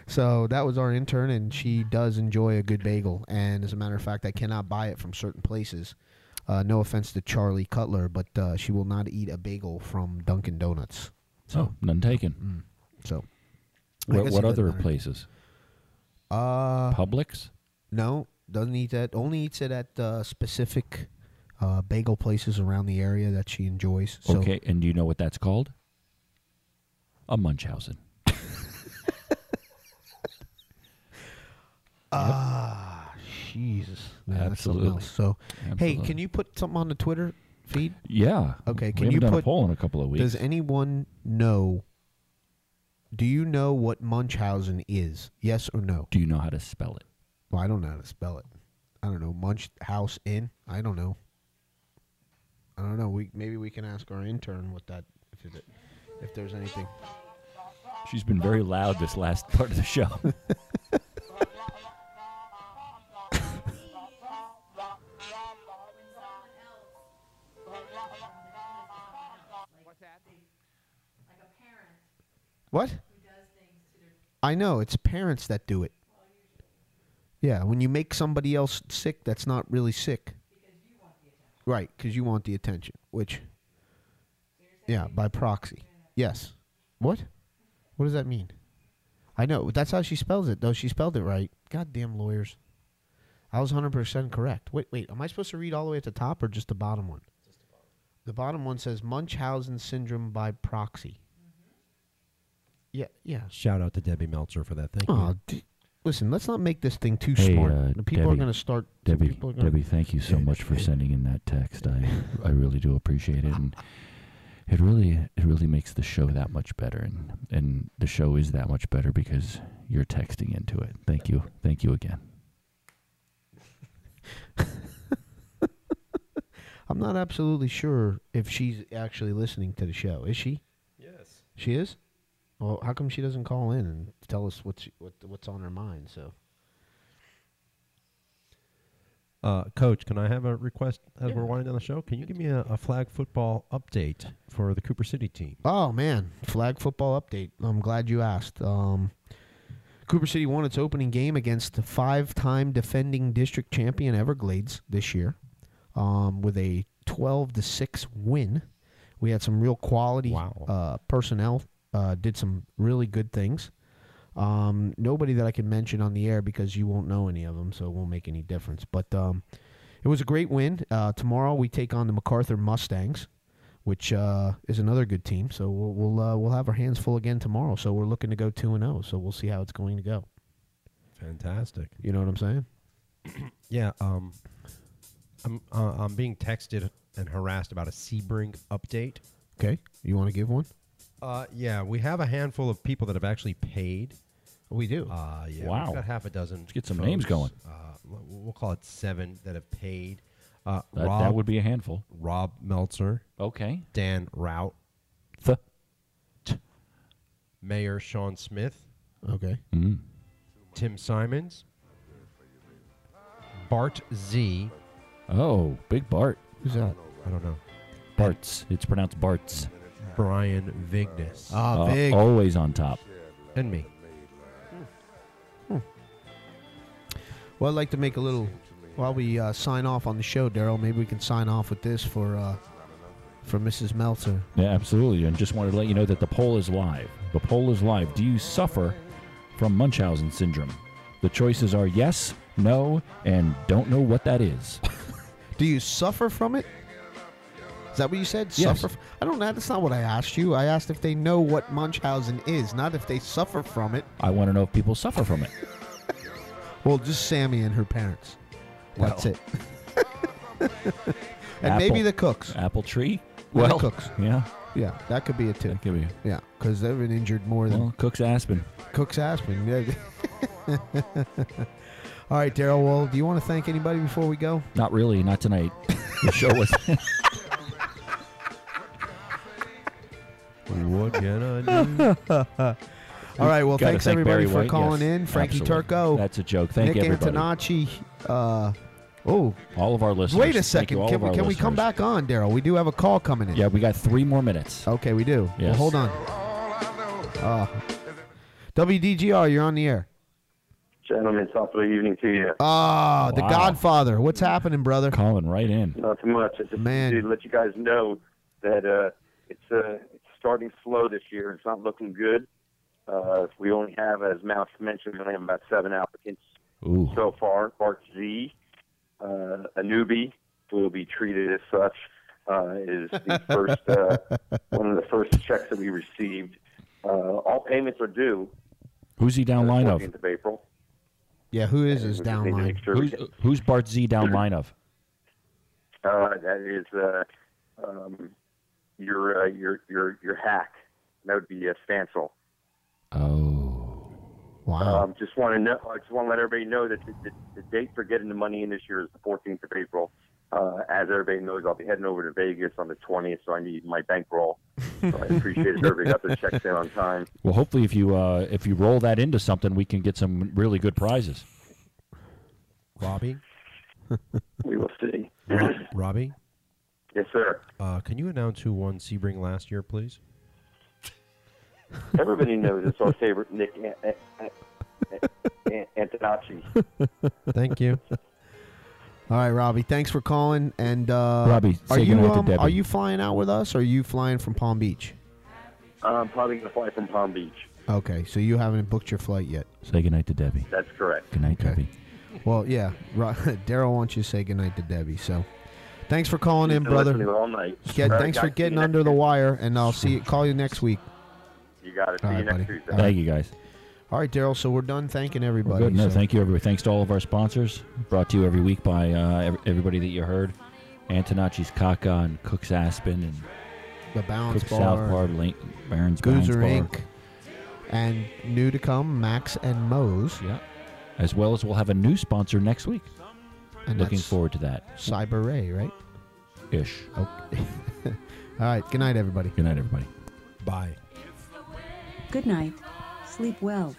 B: So that was our intern, and she does enjoy a good bagel. And as a matter of fact, I cannot buy it from certain places. Uh, no offense to Charlie Cutler, but uh, she will not eat a bagel from Dunkin' Donuts.
C: oh, none taken.
B: So, I
C: What,
B: Mm. guess
C: what
B: it doesn't
C: other
B: matter.
C: places?
B: Uh,
C: Publix.
B: no, doesn't eat that. Only eats it at uh, specific uh, bagel places around the area that she enjoys. So,
C: okay, and do you know what that's called? A Munchausen.
B: ah, Jesus, man, that's something
C: Absolutely.
B: else. So, hey,
C: Absolutely.
B: can you put something on the Twitter feed?
C: Yeah.
B: Okay,
C: We
B: can
C: haven't
B: you
C: done a
B: put-
C: poll in a couple of weeks?
B: Does anyone know? Do you know what Munchausen is? Yes or no?
C: do you know how to spell it?
B: Well, I don't know how to spell it. I don't know. Munch house in. I don't know. I don't know. We maybe we can ask our intern what that if it, if there's anything.
C: She's been very loud this last part of the show.
B: What? I know it's parents that do it. Yeah, when you make somebody else sick, that's not really sick. Right, because you want the attention, which, yeah, by proxy. Yes. What? What does that mean? I know. That's how she spells it, though. She spelled it right. Goddamn lawyers. I was 100% correct. Wait, wait. Am I supposed to read all the way at the top or just the bottom one? the bottom. one says Munchausen syndrome by proxy. Yeah, yeah.
D: Shout out to Debbie Meltzer for that. Thank you.
B: Oh, d- Listen, let's not make this thing too
C: Hey,
B: smart.
C: uh,
B: The people are
C: Debbie,
B: going to start. some
C: Debbie,
B: people are gonna-
C: Debbie, thank you so much for sending in that text. I, I really do appreciate it, and it really, it really makes the show that much better, and and the show is that much better because you're texting into it. Thank you, thank you again.
B: I'm not absolutely sure if she's actually listening to the show. Is she?
D: Yes.
B: She is. Well, how come she doesn't call in and tell us what's what what's on her mind? So
D: Uh, Coach, can I have a request as we're winding down the show? Can you give me a, a flag football update for the Cooper City team?
B: Oh man, flag football update. I'm glad you asked. Um, Cooper City won its opening game against the five-time defending district champion Everglades this year, um, with a 12 to six win. We had some real quality uh, personnel. Uh, did some really good things. Um, nobody that I can mention on the air because you won't know any of them, so it won't make any difference. But um, it was a great win. Uh, tomorrow we take on the MacArthur Mustangs which uh, is another good team. So we'll we'll, uh, we'll have our hands full again tomorrow. So we're looking to go two and zero. So we'll see how it's going to go.
D: Fantastic.
B: You know what I'm saying?
D: Yeah. Um, I'm uh, I'm being texted and harassed about a Sebring update.
B: Okay. You want to give one?
D: Uh, yeah, we have a handful of people that have actually paid.
B: We do.
D: Uh, yeah,
C: Wow.
D: We've got half a dozen. Let's
C: get some names going.
D: Uh, we'll we'll call it seven that have paid. Uh,
C: That- that
D: Rob,
C: would be a handful.
D: Rob Meltzer.
C: Okay.
D: Dan Rout.
C: The.
D: Mayor Sean Smith.
B: Okay.
C: Mm.
D: Tim Simons. Bart Z.
C: Oh, big Bart.
B: Who's that?
D: I don't know.
C: Bart's. It's pronounced Bart's.
D: Brian Vignes.
C: Uh, Always on top.
D: And me.
B: Well, I'd like to make a little while we uh, sign off on the show, Daryl. Maybe we can sign off with this for uh, for Mrs. Meltzer.
C: Yeah, absolutely. And just wanted to let you know that the poll is live. The poll is live. Do you suffer from Munchausen syndrome? The choices are yes, no, and don't know what that is.
B: Do you suffer from it? Is that what you said?
C: Yes.
B: Suffer? From, I don't know. That's not what I asked you. I asked if they know what Munchausen is, not if they suffer from it.
C: I want to know if people suffer from it.
B: Well, just Sammy and her parents. That's
C: Well.
B: it. and maybe
C: Apple-
B: the cooks.
C: Apple tree?
B: And the cooks.
C: Yeah.
B: Yeah, that could be it too. That
C: could be.
B: Yeah, because they've been injured more than
C: Well, Cook's Aspen.
B: Cook's Aspen. Yeah. All right, Daryl. Well, do you want to thank anybody before we go?
C: Not really, not tonight. The show was.
D: What can I do?
B: All right. Well,
C: Gotta
B: thanks
C: thank
B: everybody
C: Barry
B: for
C: White,
B: calling
C: yes.
B: in. Frankie
C: Absolutely.
B: Turco.
C: That's a joke. Thank
B: Nick
C: everybody.
B: Antonacci. Uh, oh,
C: All of our listeners.
B: wait a
C: Thank you,
B: second.
C: all
B: Can
C: of
B: we,
C: our
B: can we come
C: listeners.
B: back on, Daryl? We do have a call coming in.
C: Yeah, we got three more minutes.
B: Okay, we do. Well,
C: Yes.
B: hold on. Uh, WDGR, you're on the air.
H: Gentlemen, top of the evening to you.
B: Ah, The
H: Wow.
B: Godfather. What's happening, brother?
C: Calling right in.
H: Not too much. I just wanted to let you guys know that uh, it's uh, it's starting slow this year. It's not looking good. Uh, we only have, as Mouse mentioned, we only have about seven applicants
C: Ooh.
H: so far. Bart Z, uh, a newbie who will be treated as such, uh, is the first uh, one of the first checks that we received. Uh, all payments are due.
C: Who's he down line of?
H: 14th of April.
B: Yeah, who is his downline?
C: Who's, who's Bart Z down line of?
H: Uh, that is uh, um, your uh, your your your hack. That would be uh, Stancil.
C: Oh.
B: Wow.
H: Um, just want to know. I just want to let everybody know that the, the, the date for getting the money in this year is the 14th of April. Uh, as everybody knows, I'll be heading over to Vegas on the 20th, so I need my bankroll. So I appreciate if everybody got their checks in on time.
C: Well, hopefully, if you uh, if you roll that into something, we can get some really good prizes.
D: Robbie.
H: we will see.
D: Robbie,
H: Yes, sir.
D: uh, can you announce who won Sebring last year, please?
H: Everybody knows it's our favorite Nick An- An- An- An- Antonacci.
D: Thank you.
B: All right, Robbie. Thanks for calling. And uh,
C: Robbie,
B: are
C: say
B: you
C: goodnight to
B: um,
C: Debbie.
B: are you flying out with us? or Are you flying from Palm Beach?
H: I'm probably going to fly from Palm Beach.
B: Okay, so you haven't booked your flight yet.
C: Say goodnight to Debbie.
H: That's correct.
C: Good night, Debbie.
B: Well, yeah. Ro- Daryl wants you to say goodnight to Debbie. So, thanks for calling
H: You've
B: in,
H: been
B: brother.
H: listening all night.
B: Get-
H: All right,
B: thanks
H: guys,
B: for
H: see
B: getting
H: you
B: under the wire, and I'll see you. Call you next week.
H: You got it. See
B: All
H: you
B: right,
H: next
B: buddy.
H: Tuesday.
B: All right.
C: you guys.
B: All right, Daryl. So we're done thanking everybody.
C: Good. No,
B: so-
C: thank you, everybody. Thanks to all of our sponsors. Brought to you every week by uh, ev- everybody that you heard. Antonacci's Kaka and Cook's Aspen and
B: The Bounce
C: Cook's
B: Bar.
C: South Bar, Link, Barron's Bounce
B: Goozer
C: Bar.
B: Inc. And new to come, Max and Moe's.
C: Yeah. As well as we'll have a new sponsor next week.
B: And
C: Looking
B: that's
C: forward to that.
B: Cyber Ray, right?
C: Ish.
B: Okay. All right. Good night, everybody.
C: Good night, everybody.
D: Bye.
F: Good night. Sleep well.